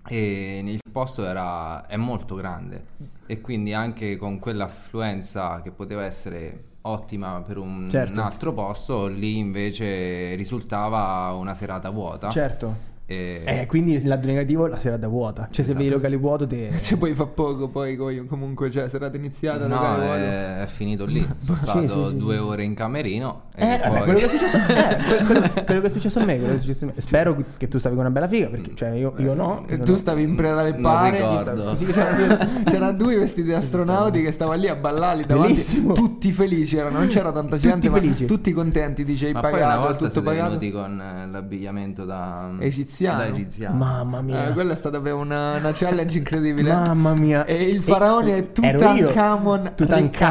C: e il posto era, è molto grande e quindi anche con quell'affluenza che poteva essere ottima per un,
A: Certo.
C: un altro posto, lì invece risultava una serata vuota.
A: Certo.
C: E-
A: Eh, quindi il lato negativo la serata vuota. Cioè, se vedi i locali vuoto, te.
B: [LAUGHS] Cioè, poi fa poco, poi coi- comunque, cioè, serata iniziata,
C: No, eh,
B: locale vuoto.
C: è, è finito
A: [LAUGHS]
C: lì. Sono
A: Sì,
C: stato
A: sì, sì,
C: due
A: sì.
C: ore in camerino. E
A: Eh,
C: poi...
A: vabbè, quello che è successo, eh, que- quello- quello che è successo a me, quello che è successo a me. Spero che tu stavi con una bella figa, perché cioè io, io no.
B: E
A: io
B: tu
A: no.
B: stavi in preda alle
C: Non
B: pare.
C: ricordo.
B: Sì, c'erano, c'erano due vestiti da astronauti che stavano lì a ballare davanti.
A: Bellissimo.
B: Tutti felici erano, non c'era tanta
A: Tutti
B: gente, ma
A: felici.
B: tutti contenti. Dice,
C: Ma poi una
B: pagato,
C: volta
B: tutto
C: siete
B: pagato.
C: venuti con eh, l'abbigliamento da mm,
B: Egiziano.
C: Da egiziano.
A: Mamma mia.
B: Eh, quella è stata beh, una, una challenge incredibile.
A: Mamma mia.
B: E il faraone
A: E-
B: è
A: ero io.
B: Tutankhamon.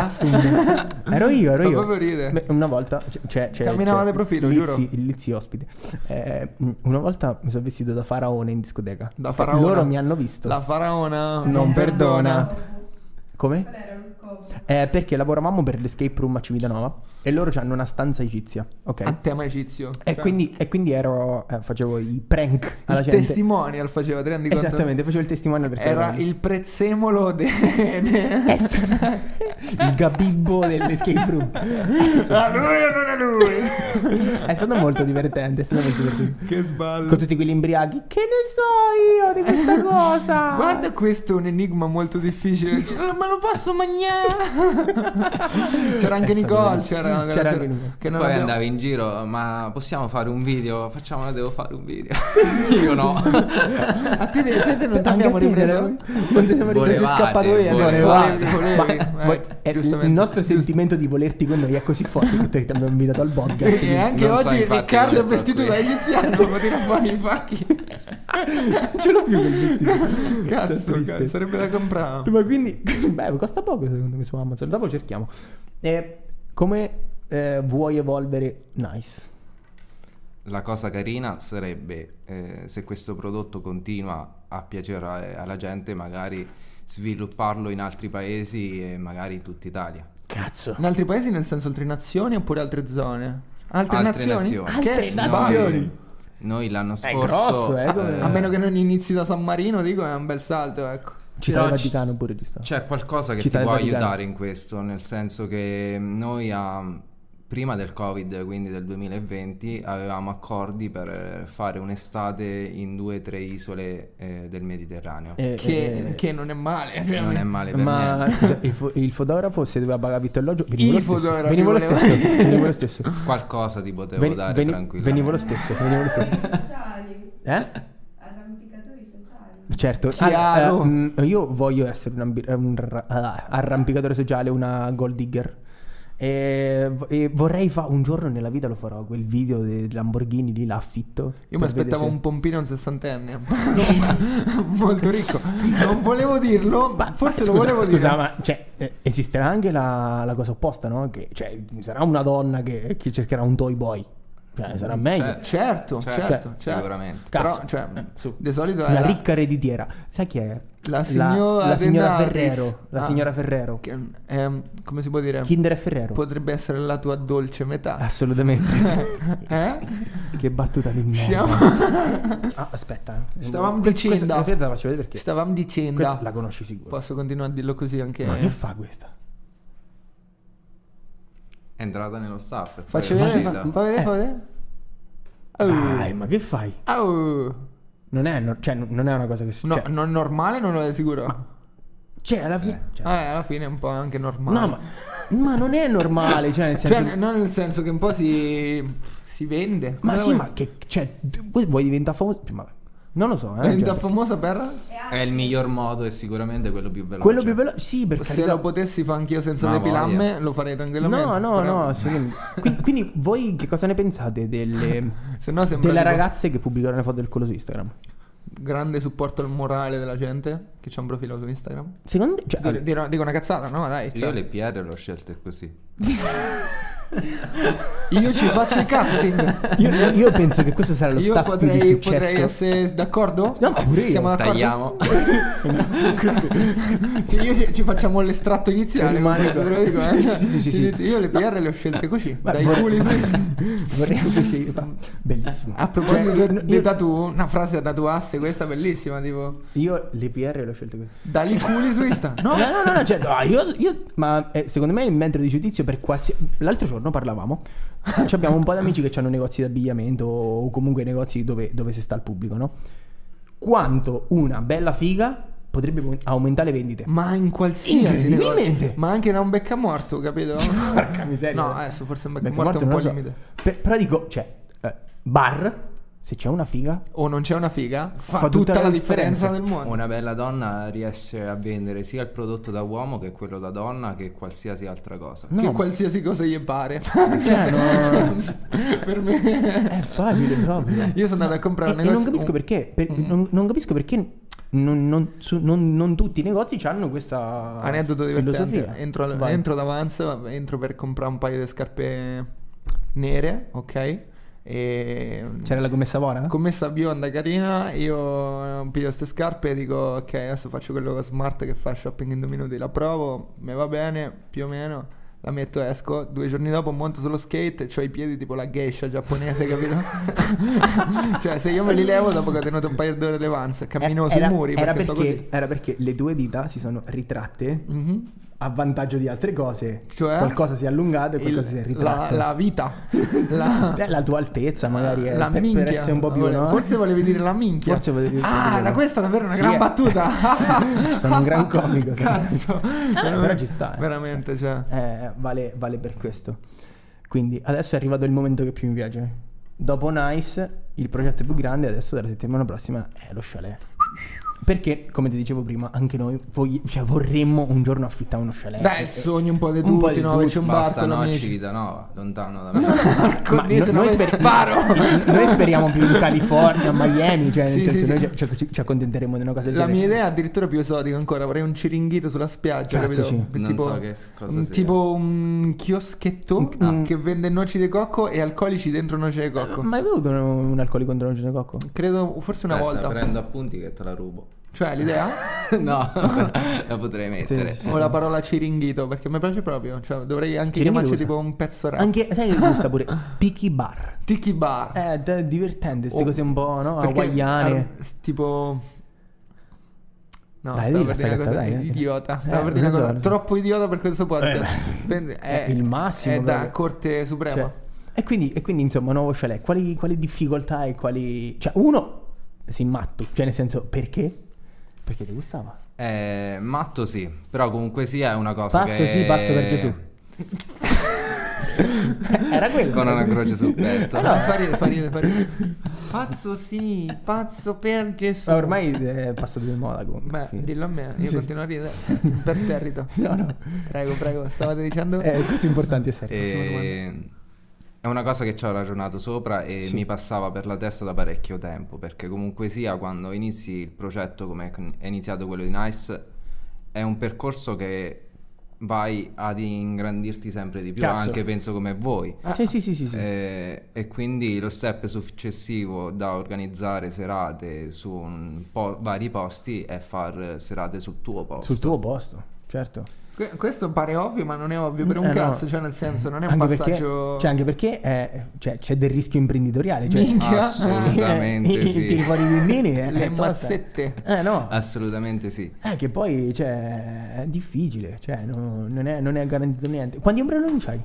A: Tutankhamun. ero io, ero
B: Fa
A: io.
B: proprio ridere.
A: Beh, una volta c- c'è, c'è,
B: Camminava
A: c'è
B: di profilo,
A: il
B: giuro.
A: Lizzi- Il Lizzi ospite. Eh, m- una volta mi sono vestito da faraone in discoteca.
B: Da
A: Eh,
B: faraona.
A: Loro mi hanno visto.
B: La faraona
A: non perdona.
F: Qual
A: Come?
F: era lo scopo?
A: Eh, perché lavoravamo per l'escape room a Civitanova e loro hanno una stanza egizia, ok?
B: A tema egizio.
A: E
B: Cioè,
A: quindi, e quindi ero, eh, facevo i prank alla
B: il
A: gente.
B: testimonial faceva, ti rendi conto?
A: Esattamente, facevo il testimonial perché
B: Era
A: erano-
B: il prezzemolo de- [LAUGHS] de-
A: Eh sì. il gabibbo dell'escape
B: [LAUGHS]
A: room.
B: Ah, lui o non è lui?
A: È stato molto divertente, è stato molto divertente.
B: che sballo.
A: Con tutti quelli imbriachi, che ne so io di questa cosa?
B: Guarda, questo è un enigma molto difficile. Cioè,
C: Eh,
B: Ma lo posso mangiare? c'era anche
A: È stato
B: Nicole.
A: bellissimo.
B: C'era,
A: C'era anche Nicole.
B: Che
C: Poi
B: non abbiamo-
C: andavi in giro, ma possiamo fare un video? Facciamo, devo fare un
A: [LAUGHS]
C: video. Io no.
B: A te, te- te- te non ti
A: Anche
B: abbiamo
A: a te,
B: ripreso.
A: non ti siamo ripresi
C: Volevate,
A: scappato via. no?
C: volevate.
B: Volevi, volevi.
A: Ma-
B: Eh,
A: voi- eh,
B: giustamente.
A: il nostro sentimento di volerti con noi è così forte che te- ti abbiamo invitato al podcast.
B: E anche
C: Non so,
B: oggi
C: infatti,
B: Riccardo è
C: non sto
B: vestito
C: qui.
B: da egiziano. Ma tira fuori i pacchi.
A: [LAUGHS] Ce l'ho più quel vestito.
B: Cazzo,
A: Sono
B: cazzo,
A: triste.
B: sarebbe da comprare.
A: Ma quindi, [LAUGHS] beh, costa poco secondo me su Amazon. Dopo cerchiamo. E come eh, vuoi evolvere Nice?
C: La cosa carina sarebbe eh, se questo prodotto continua a piacere a- alla gente, magari svilupparlo in altri paesi e magari in tutta Italia.
A: Cazzo.
B: In altri paesi, nel senso, altre nazioni oppure altre zone? Altre,
C: Altre
B: nazioni. Ah,
C: nazioni.
B: Che
A: Altre
B: sbaglio.
A: nazioni.
C: Noi l'anno scorso...
A: grosso, eh, come-
B: A meno che non inizi da San Marino, dico, è un bel salto, ecco.
A: Città del
C: Però ci- Cioè,
A: Vaticano pure di sta.
C: C'è qualcosa che
A: Città
C: ti
A: del
C: può
A: Vaticano.
C: aiutare in questo, nel senso che noi ah, prima del Covid, quindi del 2020, avevamo accordi per eh, fare un'estate in due o tre isole eh, del Mediterraneo.
A: Eh,
B: Che,
A: eh,
B: che non è male.
C: Non è male per
A: Ma
C: niente.
A: scusa, il, fo- il fotografo se doveva pagare vitto e alloggio venivo lo
B: Il
A: stesso.
B: fotografo,
A: Venivo lo
B: volevo-
A: stesso. Venivo lo
B: [LAUGHS]
A: stesso.
C: Qualcosa ti potevo
A: Veni-
C: dare
A: veni-
C: tranquillamente.
A: venivo lo stesso. Venivo lo stesso.
F: sociali,
A: Eh?
F: arrampicatori sociali.
A: Certo,
B: Chiaro.
A: Ah, eh, mm, io voglio essere un, ambi- un ra- ah, arrampicatore sociale, una gold digger. E, vo- e vorrei fare un giorno nella vita lo farò quel video dei Lamborghini lì l'affitto.
B: Io mi aspettavo un pompino un sessantenne. [LAUGHS] Molto ricco. Non volevo dirlo, forse lo volevo
A: scusa,
B: dire.
A: ma cioè, eh, esisterà anche la, la cosa opposta, no? Che cioè, sarà una donna che, che cercherà un toy boy. Cioè, sarà meglio.
B: Certo,
C: Certo. Cioè,
B: certo, certo.
C: sicuramente.
B: Però,
A: Cazzo.
B: cioè,
A: Eh, su.
B: di solito è
A: La
B: la-
A: ricca ereditiera. Sai chi è?
B: La signora
A: la
B: De
A: signora
B: Laurentiis.
A: Ferrero. La
B: Ah.
A: signora Ferrero.
B: che, ehm, come si può dire?
A: Kinder e Ferrero.
B: Potrebbe essere la tua dolce metà. [LAUGHS]
A: Assolutamente.
B: eh?
A: che battuta di merda.
B: Stiamo,
A: Ah, aspetta. eh.
B: Stavamo
A: Questa-
B: dicendo.
A: Questa, questa te la faccio vedere perché
B: stavamo dicendo.
A: questa la conosci sicuro.
B: Posso continuare a dirlo così anche. Eh.
A: Ma che fa questa?
C: È entrata nello staff. e poi
B: Faccio
C: è
B: vedere,
C: uscita.
B: fa, fa vedere, fa vedere. Oh.
A: Eh. Dai, ma che fai?
B: Oh.
A: Non è, no- cioè, non non è una cosa che si...
B: No, Eh,
A: cioè,
B: non normale non lo è sicuro. Ma...
A: cioè, alla fine... cioè,
B: alla fine è un po' anche normale.
A: no, ma, ma non è normale, cioè, nel senso...
B: ah, [LAUGHS] Cioè, non nel senso che un po' si, si vende.
A: ma
B: Come
A: sì,
B: vuoi?
A: ma che... Cioè, tu- vuoi vuoi diventare famoso? Cioè, ma- non lo so, eh.
B: Diventa
A: cioè,
B: famosa per...
F: E
C: È il miglior modo e sicuramente quello più veloce.
A: quello più veloce... Sì, perché...
B: cioè. Se lo potessi fare anch'io senza
C: Ma
B: le
C: voglia.
B: pilamme, lo farei tranquillamente.
A: No, no,
B: però-
A: no, assolutamente. quindi, quindi voi che cosa ne pensate delle,
B: [LAUGHS] Se no sembra
A: delle
B: tipo
A: ragazze che pubblicano le foto del culo su Instagram?
B: grande supporto al morale della gente che c'ha un profilo su Instagram.
A: Secondo cioè,
B: Dire- dire- Dico una cazzata, no? Dai.
C: Io
B: cioè,
C: le PR l'ho scelte così.
B: io ci faccio il casting.
A: Io, io penso che questo sarà [LAUGHS] lo
B: [LAUGHS] Io
A: staff più di
B: potrei,
A: successo.
B: potrei essere d'accordo?
A: No, ma pure io.
B: Siamo d'accordo?
C: Tagliamo.
B: [LAUGHS]
A: [LAUGHS]
B: Cioè, io ci, ci facciamo l'estratto iniziale.
A: Rimane-
B: questo, te lo dico, eh.
A: Sì, sì, sì, sì,
B: Ci-
A: sì.
B: Io le PR le ho scelte così.
A: Ma
B: dai
A: vorrei-
B: culi su.
A: [LAUGHS] Vorrei anche scegliere. fa- Bellissimo.
B: A proposito
A: Cioè,
B: di-
A: io-
B: di tattoo, una frase da tatuasse, questa è bellissima, tipo
A: Io le PR le ho scelte così.
B: dai i culi su Insta. Eh, No?
A: No, no, no, no, cioè, no, io, io- ma eh, secondo me il mentre di giudizio per qualsiasi... L'altro giorno parlavamo, ci abbiamo un po' di amici che hanno negozi di abbigliamento o comunque negozi dove, dove si sta al pubblico, no? Quanto una bella figa potrebbe aumentare le vendite.
B: Ma in qualsiasi
A: Incredibilmente.
B: negozio. Ma anche da un beccamorto, capito?
A: [LAUGHS] Porca miseria.
B: No, adesso forse un
A: Perché
B: beccamorto è un po'
A: morto non lo
B: limite.
A: so. Per- però dico, cioè, eh, bar, se c'è una figa,
B: O non c'è una figa, fa,
A: Fa
B: tutta, la differenza del mondo.
C: [LAUGHS] Una bella donna riesce a vendere sia il prodotto da uomo che quello da donna che qualsiasi altra cosa.
A: No,
B: che
A: ma-
B: qualsiasi cosa gli pare.
A: [LAUGHS] Cioè, no.
B: [LAUGHS]
A: [LAUGHS]
B: per me
A: è facile proprio.
B: [LAUGHS] Io sono andato a comprare
A: E,
B: un
A: e non
B: negozio- Mm.
A: capisco perché, per- non, non capisco perché non, non- su- non- non tutti i negozi hanno questa
B: Aneddoto divertente.
A: filosofia.
B: Entro, al-
A: Vai.
B: entro d'avanzo, entro per comprare un paio di scarpe nere, ok? E
A: C'era la commessa Vora?
B: commessa bionda carina, io eh, piglio queste scarpe e dico ok, adesso faccio quello smart che fa shopping in due minuti, la provo, mi va bene, più o meno. La metto, esco, due giorni dopo monto sullo skate e ho i piedi tipo la geisha giapponese, capito?
A: [LAUGHS]
B: [LAUGHS] cioè, se io me li levo dopo che ho tenuto un paio d'ore levanza, cammino sui muri
A: Eh, era
B: perché, sto
A: perché, era perché le due dita si sono ritratte
B: così. Mhm.
A: a vantaggio di altre cose.
B: Cioè?
A: Qualcosa si è allungato e
B: Il-
A: qualcosa si è
B: la,
A: ritratto.
B: la
A: [LAUGHS]
B: vita, la,
A: Eh, [LAUGHS] la tua altezza, magari eh,
B: la
A: per, per
B: minchia.
A: essere un po' più.
B: Vole-
A: no?
B: Forse volevi dire la minchia.
A: Forse volevi dire-
B: Ah, era questa davvero una
A: Sì,
B: gran
A: eh. [LAUGHS]
B: battuta.
A: Sono un gran comico.
B: Cazzo,
A: però
B: Veramente-
A: ci sta, eh.
B: Veramente, cioè.
A: Eh, vale, vale per questo. Quindi adesso è arrivato il momento che più mi piace. Dopo Nice, il progetto più grande adesso della settimana prossima è lo chalet. Perché, come ti dicevo prima, anche noi vogli- cioè, vorremmo un giorno affittare uno chalet.
B: Dai, il sogno un po' di
A: eh, Un po'
B: tutti,
A: di
B: no?
A: tutti,
B: Che c'è un bar
C: Basta
B: con
C: no,
B: [LAUGHS] amici.
C: Civitanova, lontano da me.
A: Ma
B: Così,
A: no-
B: se no
A: noi,
B: mi
A: sper-
B: sparo.
A: [LAUGHS] noi speriamo più in California, a Miami, cioè nel
B: Sì,
A: senso
B: sì,
A: noi
B: sì.
A: ci, ci- ci accontenteremo di una cosa del
B: La
A: genere.
B: mia idea è addirittura più esotica ancora, vorrei un ciringhito sulla spiaggia,
A: Cazzo,
B: capito?
A: sì.
B: Per
C: Non so che s- cosa
B: un-
C: sia.
B: Tipo un chioschetto
A: Un- mm.
B: che vende noci di cocco e alcolici dentro noci di cocco.
A: Ma hai bevuto un, un alcolico contro un cocco?
B: Credo forse una
C: Aspetta,
B: volta.
C: prendo appunti che te
A: [LAUGHS]
C: la rubo.
B: Cioè, l'idea?
C: no, [LAUGHS] la potrei mettere.
A: Sì,
B: O la parola ciringhito, perché mi piace proprio. Cioè, dovrei anche
A: Ciringhito
B: chiamarci
A: usa.
B: tipo un pezzo rap.
A: Anche, sai che gusta
B: [LAUGHS]
A: pure? Tiki Bar.
B: Tiki bar.
A: Eh, d- divertente, queste
B: Oh,
A: cose un po', no?
B: Perché-
A: Hawaiane.
B: ah, s- tipo... No,
A: Dai,
B: stavo
A: dilla
B: per
A: sta
B: dire una cosa
A: cazzata, dai.
B: idiota.
A: Eh,
B: Stavo per dire una
A: non
B: cosa
A: so.
B: troppo idiota per questo podcast.
A: [LAUGHS]
B: Quindi,
A: è il massimo
B: È da
A: proprio.
B: corte suprema.
A: Cioè, e, quindi, e quindi, insomma, nuovo chalet, quali, quali difficoltà e quali... Cioè, uno, si matto, cioè nel senso, perché? Perché ti gustava.
C: Eh, matto sì, però comunque sia è una cosa
A: Pazzo
C: che...
A: sì, pazzo per
C: [LAUGHS]
A: Gesù. Era quello.
C: Con una croce sul petto.
A: [LAUGHS]
B: Eh no, fa ridere, fa ridere, fa ridere. Pazzo sì, pazzo per Gesù.
A: Ma ormai è passato di moda comunque.
B: Beh,
A: fine.
B: dillo a me, io
A: Sì.
B: continuo a ridere. Per territo.
A: [LAUGHS] No, no.
B: Prego, prego, stavate dicendo?
A: Eh, questo è importante, è serio.
C: E... Ehm, È una cosa che ci ho ragionato sopra e mi passava per la testa da parecchio tempo, perché comunque sia quando inizi il progetto come è iniziato quello di Nice, è un percorso che vai ad ingrandirti sempre di più,
A: Cazzo.
C: anche penso come voi.
A: Cioè, sì, sì, sì, sì.
C: Eh, e quindi lo step successivo da organizzare serate su un po' vari posti è far serate sul tuo posto.
A: Sul tuo [LAUGHS] posto, certo.
B: Que- Questo pare ovvio, ma non è ovvio per un
A: Eh, no.
B: cazzo, cioè nel senso non è un
A: Anche
B: passaggio...
A: perché, cioè, anche perché eh, cioè, c'è del rischio imprenditoriale. Cioè,
B: Minchia.
C: Assolutamente
A: [LAUGHS] Eh,
C: sì.
A: Tiri fuori i bambini. eh,
B: Le
A: eh, tosta.
B: mazzette.
A: Eh no.
C: Assolutamente sì.
A: Eh, che poi cioè, è difficile, cioè, no- non, è, non è garantito niente. Quanti ombrelloni c'hai?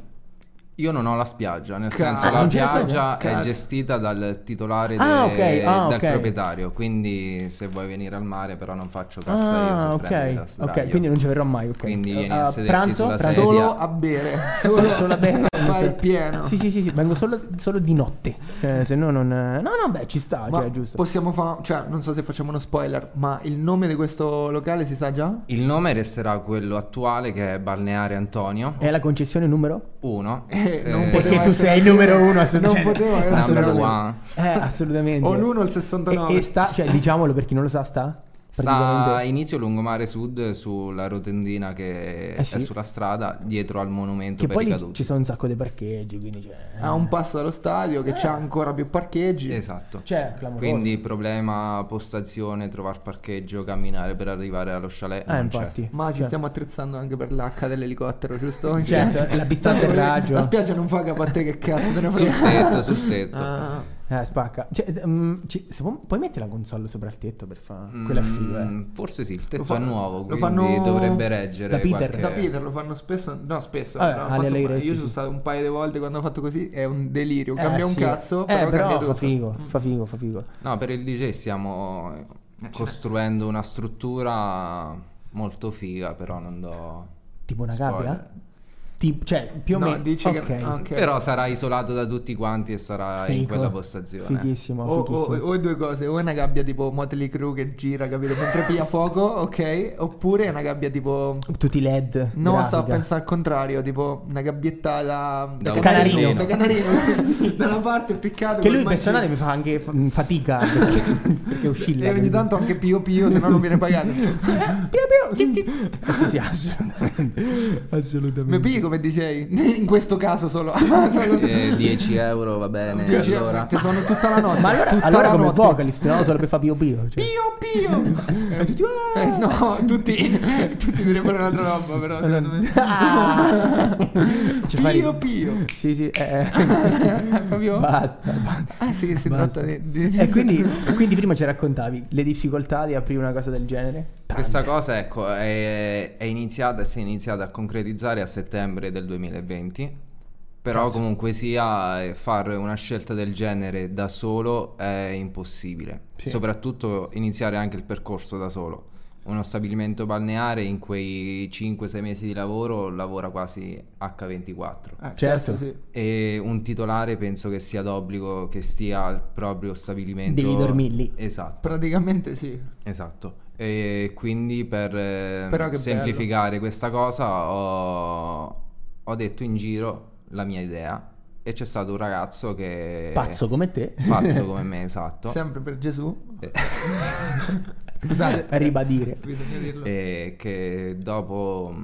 C: Io non ho la spiaggia, nel
B: Cazzo,
C: senso la
A: Ah, non ce l'hai?
C: spiaggia è
B: Cazzo.
C: gestita dal titolare
A: Ah,
C: de-
A: ok, ah,
C: dal
A: ok.
C: proprietario, quindi se vuoi venire al mare però non faccio cassa
A: Ah,
C: io se prendi
A: ok,
C: l'asdraio.
A: ok, quindi non ci verrò mai, ok.
C: Quindi
A: Eh,
C: vieni a
A: eh,
C: sederti
A: pranzo,
C: sulla
A: pranzo.
C: sedia.
B: Solo a bere,
A: Solo, solo a bere.
B: [LAUGHS] Fai il pieno.
A: Sì, sì, sì, sì, vengo solo, solo di notte. Eh, se no non No, no, beh, ci sta,
B: Ma
A: cioè, giusto.
B: possiamo fare, cioè non so se facciamo uno spoiler, ma il nome di questo locale si sa già?
C: Il nome resterà quello attuale che è Balneare Antonio
A: È la concessione numero?
C: 1.
B: Eh, non
A: Perché
B: Poteva
A: tu
B: essere-
A: sei il numero uno,
B: Non
A: assolutamente.
B: poteva essere
C: Number
A: Assolutamente.
C: one.
A: Eh, assolutamente.
B: O l'uno o il
A: E,
B: 69.
A: e sta, cioè, diciamolo per chi non lo sa, sta
C: Sta a inizio lungomare sud sulla rotondina che
A: Eh sì.
C: è sulla strada dietro al monumento
A: che
C: per
A: poi
C: i
A: lì
C: caduti.
A: ci sono un sacco di parcheggi, quindi cioè
B: A un passo dallo stadio che c'ha ancora più parcheggi.
C: Esatto.
A: Cioè, clamoroso.
C: Quindi problema postazione, trovare parcheggio, camminare per arrivare allo chalet.
A: Eh,
C: non c'è.
A: infatti.
B: Ma ci
A: Cioè,
B: stiamo attrezzando anche per l'H dell'elicottero, giusto?
A: Sì, certo, la pista
B: [LAUGHS] Tanto
A: atterraggio.
B: La spiaggia non fa capo a te che cazzo te ne
C: Sul
B: frega.
C: tetto, sul tetto.
B: Ah.
A: Eh, spacca. Cioè, d- mm, ci- se pu- puoi mettere la console sopra il tetto per fare
B: Mm,
A: quella è figa, eh.
C: Mm, Forse sì, il tetto
B: fa-
C: è nuovo,
B: lo
C: quindi
B: fanno-
C: dovrebbe reggere.
A: Da Peter.
C: qualche-
B: Da Peter lo fanno spesso, no spesso,
A: Vabbè,
B: no,
A: Eh, alle
B: fatto-
A: Allegretti,
B: io
A: sì.
B: sono stato un paio di volte quando ho fatto così, è un delirio,
A: Eh,
B: cambia un
A: sì.
B: cazzo,
A: Eh,
B: però, cambia
A: però
B: tutto.
A: fa figo, fa figo, fa figo.
C: No, per il DJ stiamo eh, costruendo una struttura molto figa, però non do...
A: Tipo una
C: spoiler.
A: gabbia? Tipo, cioè, più o
B: No,
A: meno
B: dici che-
A: ok.
B: ah, ok.
C: Però sarà isolato da tutti quanti e sarà in
A: Figo.
C: quella postazione.
A: Fighissimo,
B: O, o-
A: fighissimo.
B: o due cose, o è una gabbia tipo Motley Crue che gira, capito, mentre
A: [LAUGHS]
B: piglia fuoco, ok? Oppure è una gabbia tipo...
A: Tutti i LED.
B: oh. No,
A: grafica.
B: stavo a pensare al contrario, tipo una gabbietta da...
C: Da
A: canarino.
B: Da canarino,
A: [LAUGHS]
B: sì. da una parte piccato.
A: Che
B: col
A: lui
B: mancino.
A: personale mi fa anche fa- mh, fatica [LAUGHS] perché, perché oscilla.
B: E ogni
A: quindi- [LAUGHS]
B: tanto anche Pio Pio, se no non viene pagato. [LAUGHS]
A: Eh, sì, sì, assolutamente. assolutamente.
B: Mi pigli come DJ? [LAUGHS] In questo caso solo. [LAUGHS] Solo se-
C: Eh, 10 euro va bene.
B: Dieci-
C: allora.
B: Te sono tutta la notte.
A: Ma allora,
B: tutta
A: allora
B: la
A: come
B: notte.
A: vocalist, no? Solo per Fabio Pio. Cioè.
B: Pio
A: [LAUGHS]
B: pio. E tutti, "Ah!" Eh, no, tutti, [LAUGHS] tutti direbbero un'altra roba, però secondo me.
A: Ah! [LAUGHS] Ci fa
B: pio
A: ridere.
B: pio.
A: Sì, sì, eh,
B: Fabio?
A: Basta, [LAUGHS] basta.
B: Ah sì, si
A: Basta.
B: tratta di... di-
A: E
B: [LAUGHS]
A: quindi, quindi prima ci raccontavi le difficoltà di aprire una cosa del genere?
C: Questa cosa ecco, è, è iniziata e si è iniziata a concretizzare a settembre del 2020. Però comunque sia eh, fare una scelta del genere da solo è impossibile.
A: Sì.
C: Soprattutto iniziare anche il percorso da solo. Uno stabilimento balneare in quei 5-6 mesi di lavoro lavora quasi H24.
B: Eh,
A: Certo.
B: sì.
C: E un titolare penso che sia d'obbligo che stia al proprio stabilimento.
A: Devi dormir lì.
C: Esatto.
B: Praticamente sì.
C: Esatto. E quindi per eh,
B: Però che
C: semplificare questa cosa ho, ho detto in giro la mia idea e c'è stato un ragazzo che...
A: Pazzo come te. [LAUGHS]
C: Pazzo come me, esatto.
B: Sempre per Gesù.
C: Eh.
B: Scusate.
A: [LAUGHS] Ribadire.
B: Bisogna dirlo.
C: E che dopo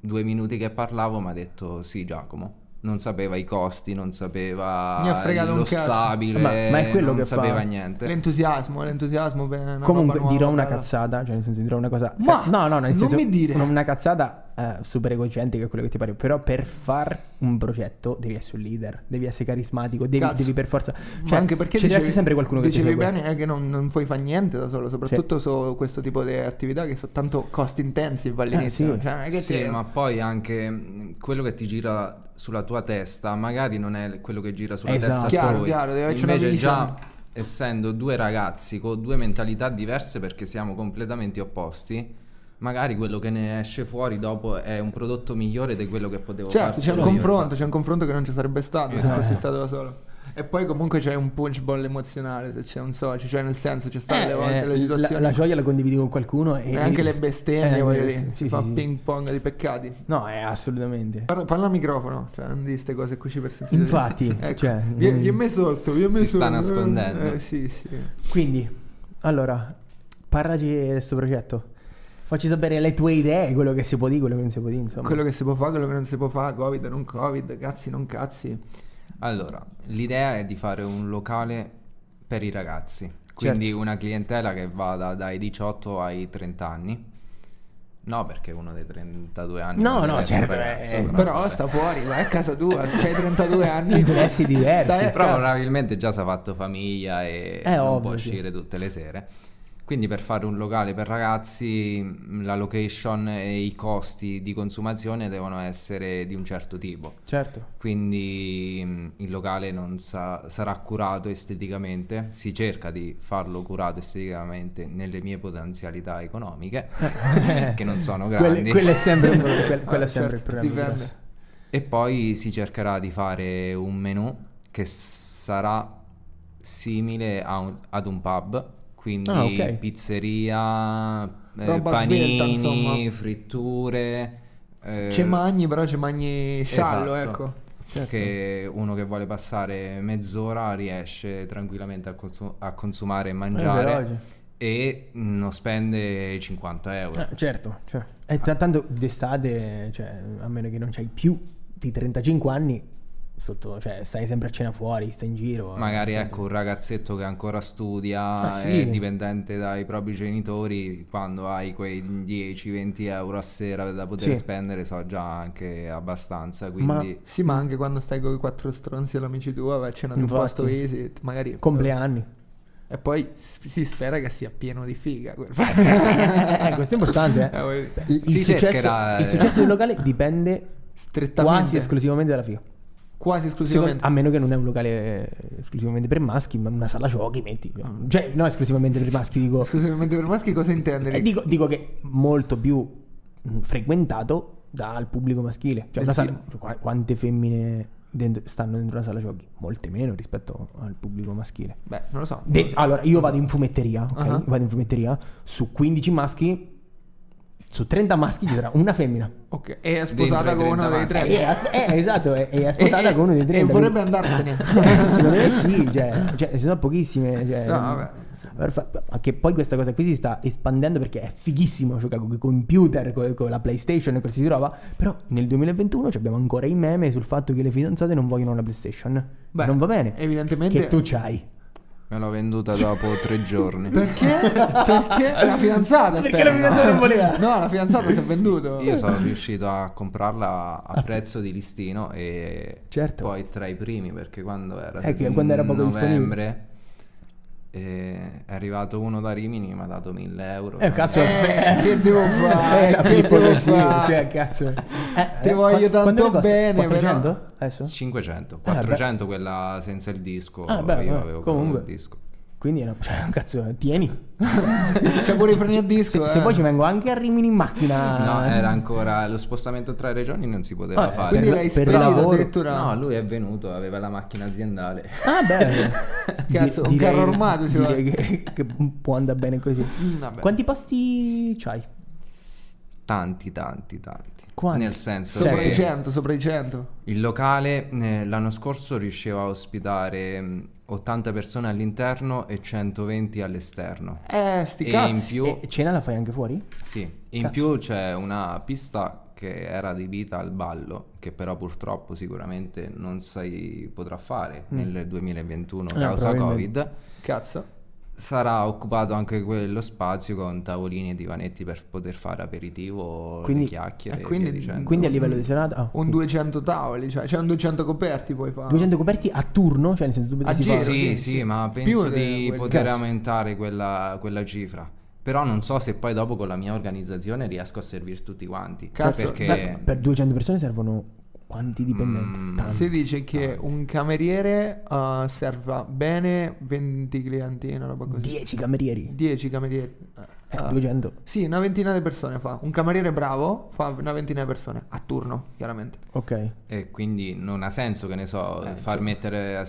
C: due minuti che parlavo mi ha detto sì Giacomo. Non sapeva i costi, non sapeva
B: Mi ha fregato
C: lo
B: un cazzo.
C: stabile,
A: Ma- ma è quello
C: non
A: che fa-
C: sapeva niente.
B: L'entusiasmo, l'entusiasmo per una
A: Comunque
B: roba nuova,
A: dirò una
B: bella.
A: cazzata, cioè nel senso dirò una cosa...
B: Ma
A: no, no, no, nel
B: non
A: senso...
B: mi dire.
A: Una cazzata eh, super egocentrica, quello che ti pare. Però per far un progetto devi essere un leader, devi essere carismatico, devi,
B: Cazzo.
A: devi per forza...
B: Ma
A: Cioè,
B: anche perché
A: ci deve
B: dicevi-
A: essere sempre qualcuno che ti
B: dicevi
A: segue.
B: bene è che non, non puoi fare niente da solo, soprattutto su questo tipo di attività che sono tanto cost intensive all'inizio.
A: Eh, sì.
B: Cioè, non è che
C: Sì,
B: ti-
C: ma poi anche mh, quello che ti gira sulla tua testa, magari non è quello che gira sulla
A: Esatto.
C: testa a
B: Chiaro,
C: voi.
B: chiaro, deve esserci una
C: Invece
B: vision.
C: già essendo due ragazzi con due mentalità diverse perché siamo completamente opposti, magari quello che ne esce fuori dopo è un prodotto migliore di quello che potevo
B: Certo,
C: fare.
B: c'è un confronto, c'è un confronto che non ci sarebbe stato se
C: Esatto.
B: fossi stato da solo. E poi comunque c'è un punch ball emozionale se c'è un socio, cioè nel senso ci stanno le volte
A: Eh,
B: le situazioni.
A: la, la gioia la condividi con qualcuno e...
B: e anche le
A: Eh,
B: bestemmie, voglio
A: sì,
B: dire,
A: sì,
B: si fa
A: sì.
B: ping pong di peccati.
A: No, eh, assolutamente.
B: Parla, parla al microfono, cioè non di queste cose qui ci per sentire.
A: Infatti,
B: [LAUGHS] Ecco,
A: cioè,
B: vi,
A: mm.
B: vi è messo sotto, vi è messo
C: sta
B: eh,
C: nascondendo.
B: Eh, sì, sì.
A: Quindi, allora, parlaci di questo progetto. Facci sapere le tue idee, quello che si può dire, quello che non si può dire, insomma.
B: Quello che si può fare, quello che non si può fare, covid, non covid, cazzi, non cazzi.
C: Allora, l'idea è di fare un locale per i ragazzi, quindi
A: Certo.
C: una clientela che vada dai 18 ai 30 anni. No, perché uno dei 32 anni.
A: No,
C: non
A: no,
C: deve essere
A: certo, eh,
C: però
B: Però
C: vabbè.
B: sta fuori, vai a
A: [LAUGHS]
B: casa tua, c'hai 32 anni.
A: Interessi diversi.
B: Stai a
C: Però
B: casa.
C: probabilmente già si è fatto famiglia e
A: Eh,
C: non
A: ovvio,
C: può
A: sì.
C: uscire tutte le sere. Quindi per fare un locale per ragazzi mh, la location e i costi di consumazione devono essere di un certo tipo.
A: Certo.
C: Quindi mh, il locale non sa- sarà curato esteticamente, si cerca di farlo curato esteticamente nelle mie potenzialità economiche, [LAUGHS] che non sono
A: Quelle-
C: grandi.
A: quello è sempre, un pro-
B: [LAUGHS]
A: quel- quello è
B: Ah,
A: sempre il
B: certo,
A: problema.
B: dipende.
A: grosso.
C: E poi si cercherà di fare un menu che s- sarà simile a un- ad un pub, quindi
A: Ah, ok.
C: pizzeria, eh,
B: Roba svelta,
C: panini,
B: insomma.
C: fritture. eh,
B: C'è magni, però c'è magni sciallo,
C: esatto.
B: ecco.
A: Certo.
C: Che uno che vuole passare mezz'ora riesce tranquillamente a, consu- a consumare e mangiare
A: veloce.
C: e non spende 50 euro.
A: Ah, certo, cioè, e t- tanto d'estate, cioè, a meno che non c'hai più di 35 anni, sotto, cioè, stai sempre a cena fuori, stai in giro. eh.
C: Magari ecco un ragazzetto che ancora studia,
A: Ah,
C: è
A: sì.
C: dipendente dai propri genitori, quando hai quei 10-20 euro a sera da poter
A: Sì.
C: spendere so già anche abbastanza,
A: Ma-
C: quindi
B: Sì, ma anche quando stai con i quattro stronzi all'amici tua, vai a cena un
A: Infatti.
B: posto easy, magari...
A: Compleanni.
B: E poi s- si spera che sia pieno di figa.
A: [LAUGHS]
B: quel-
A: Eh, questo è importante. eh.
B: Eh, voglio dire,
A: Il,
C: Si
A: successo,
C: cercherà,
A: il
C: eh.
A: successo del locale dipende
B: Strettamente.
A: quasi esclusivamente dalla figa. Secondo-
B: Quasi esclusivamente.
A: a meno che non è un locale eh, esclusivamente per maschi, ma una sala giochi, metti. Cioè, no, esclusivamente per maschi, dico.
B: Esclusivamente per maschi cosa intendi?
A: Eh, dico, dico che molto più mh, frequentato dal pubblico maschile. Cioè,
B: Del
A: una sala-
B: film.
A: cioè, qua- quante femmine dentro- stanno dentro una sala giochi? Molte meno rispetto al pubblico maschile.
B: Beh, non lo so.
A: De- allora, io vado in fumetteria, ok?
B: Ah.
A: Vado in fumetteria, su 15 maschi, su 30 maschi ci sarà una femmina.
B: Ok, e è sposata
C: Dentro i
B: con uno dei
C: 30
A: Eh,
B: tre.
C: maschi.
A: eh, eh, esatto, è, è sposata
B: [LAUGHS] E-
A: con uno dei 30.
B: E vorrebbe
A: quindi-
B: andarsene.
A: Eh, [LAUGHS] secondo me sì, cioè, cioè, ci sono pochissime. Cioè,
B: No, vabbè.
A: Perfetto. Ma Che poi questa cosa qui si sta espandendo perché è fighissimo giocare con i computer, con, con la PlayStation e qualsiasi roba. Però nel 2021 ci abbiamo ancora i meme sul fatto che le fidanzate non vogliono la PlayStation.
B: Beh,
A: non va bene.
B: evidentemente-
A: Che tu c'hai.
C: Me l'ho venduta dopo
A: [LAUGHS]
C: tre giorni.
B: Perché? Perché la fidanzata
A: Perché
B: spero,
A: la fidanzata
B: no?
A: non voleva.
B: No, la fidanzata si è venduto.
C: Io
A: Uh.
C: sono riuscito a comprarla a prezzo di listino e
A: Ah. Certo.
C: poi tra i primi perché quando era,
A: Eh, che
C: del
A: quando era poco
C: novembre eh, è arrivato uno da Rimini mi ha dato 1000 euro.
A: Eh, cazzo,
B: Eh, che devo fare?
A: Eh, la
B: Che
A: Filippo
B: devo
A: così,
B: fare?
A: cioè, cazzo. Eh,
B: Ti
A: eh,
B: voglio
A: qua- quanto
B: tanto
A: costa?
B: bene, però.
A: 400 adesso?
C: 500,
A: Eh, beh.
C: 400 quella senza il disco.
A: Ah, beh,
C: io
A: beh,
C: avevo
A: comunque.
C: comunque. il disco.
A: Quindi, no, cioè, cazzo, tieni. Cioè,
B: C'è pure i freni a Ah, disco.
A: Se,
B: eh.
A: se poi ci vengo anche a Rimini in macchina.
C: No, era ancora lo spostamento tra regioni non si poteva
A: Ah, eh,
C: fare.
B: Quindi
A: Per-
B: l'hai
A: per
B: spedito
A: lavoro.
B: addirittura.
C: No, lui è venuto, aveva la macchina aziendale.
A: Ah, beh.
B: [LAUGHS] Cazzo, un carro armato ci
A: direi che, che può andare bene così.
B: Mm, vabbè.
A: Quanti posti c'hai?
C: Tanti, tanti, tanti.
A: Quanti?
C: Nel senso
B: Sopra
A: Cioè,
C: che
B: i 100, sopra i 100.
C: il locale eh, l'anno scorso riusciva a ospitare mh, 80 persone all'interno e 120 all'esterno.
B: Eh, sti
C: e in
B: cazzi.
C: più,
A: E cena la fai anche fuori?
C: sì, in
A: Cazzo.
C: più c'è una pista che era adibita al ballo, che però purtroppo sicuramente non si potrà fare nel 2021
A: Mm. Eh,
C: causa
A: probabilmente.
C: Covid.
B: Cazzo.
C: Sarà occupato anche quello spazio con tavolini e divanetti per poter fare aperitivo, le
A: Quindi-
C: chiacchiere
B: eh,
C: e
B: quindi-
C: via dicendo.
A: Quindi a livello di serata? ah,
B: Un 200 tavoli, cioè, c'è un 200 coperti puoi fare.
A: 200 coperti a turno? Cioè, nel senso tu
B: Ah. A
A: si
B: giro,
A: fa-
C: sì,
B: sì,
C: sì,
B: sì.
C: ma
B: Più
C: penso
B: del-
C: di
B: quel
C: poter
B: cazzo.
C: aumentare quella, quella cifra. Però non so se poi dopo con la mia organizzazione riesco a servire tutti quanti.
B: Cazzo,
A: Beh,
C: perché
A: per 200 persone servono quanti dipendenti?
C: Mm,
A: Tanti.
B: Si dice che un cameriere eh, serva bene 20 clienti, una roba così.
A: 10 camerieri.
B: 10 camerieri.
A: Eh,
B: Ah.
A: 200.
B: Sì, una ventina di persone fa. Un cameriere bravo fa una ventina di persone a turno, chiaramente.
A: Ok.
C: E eh, quindi non ha senso, che ne so,
B: Eh, certo.
C: far mettere a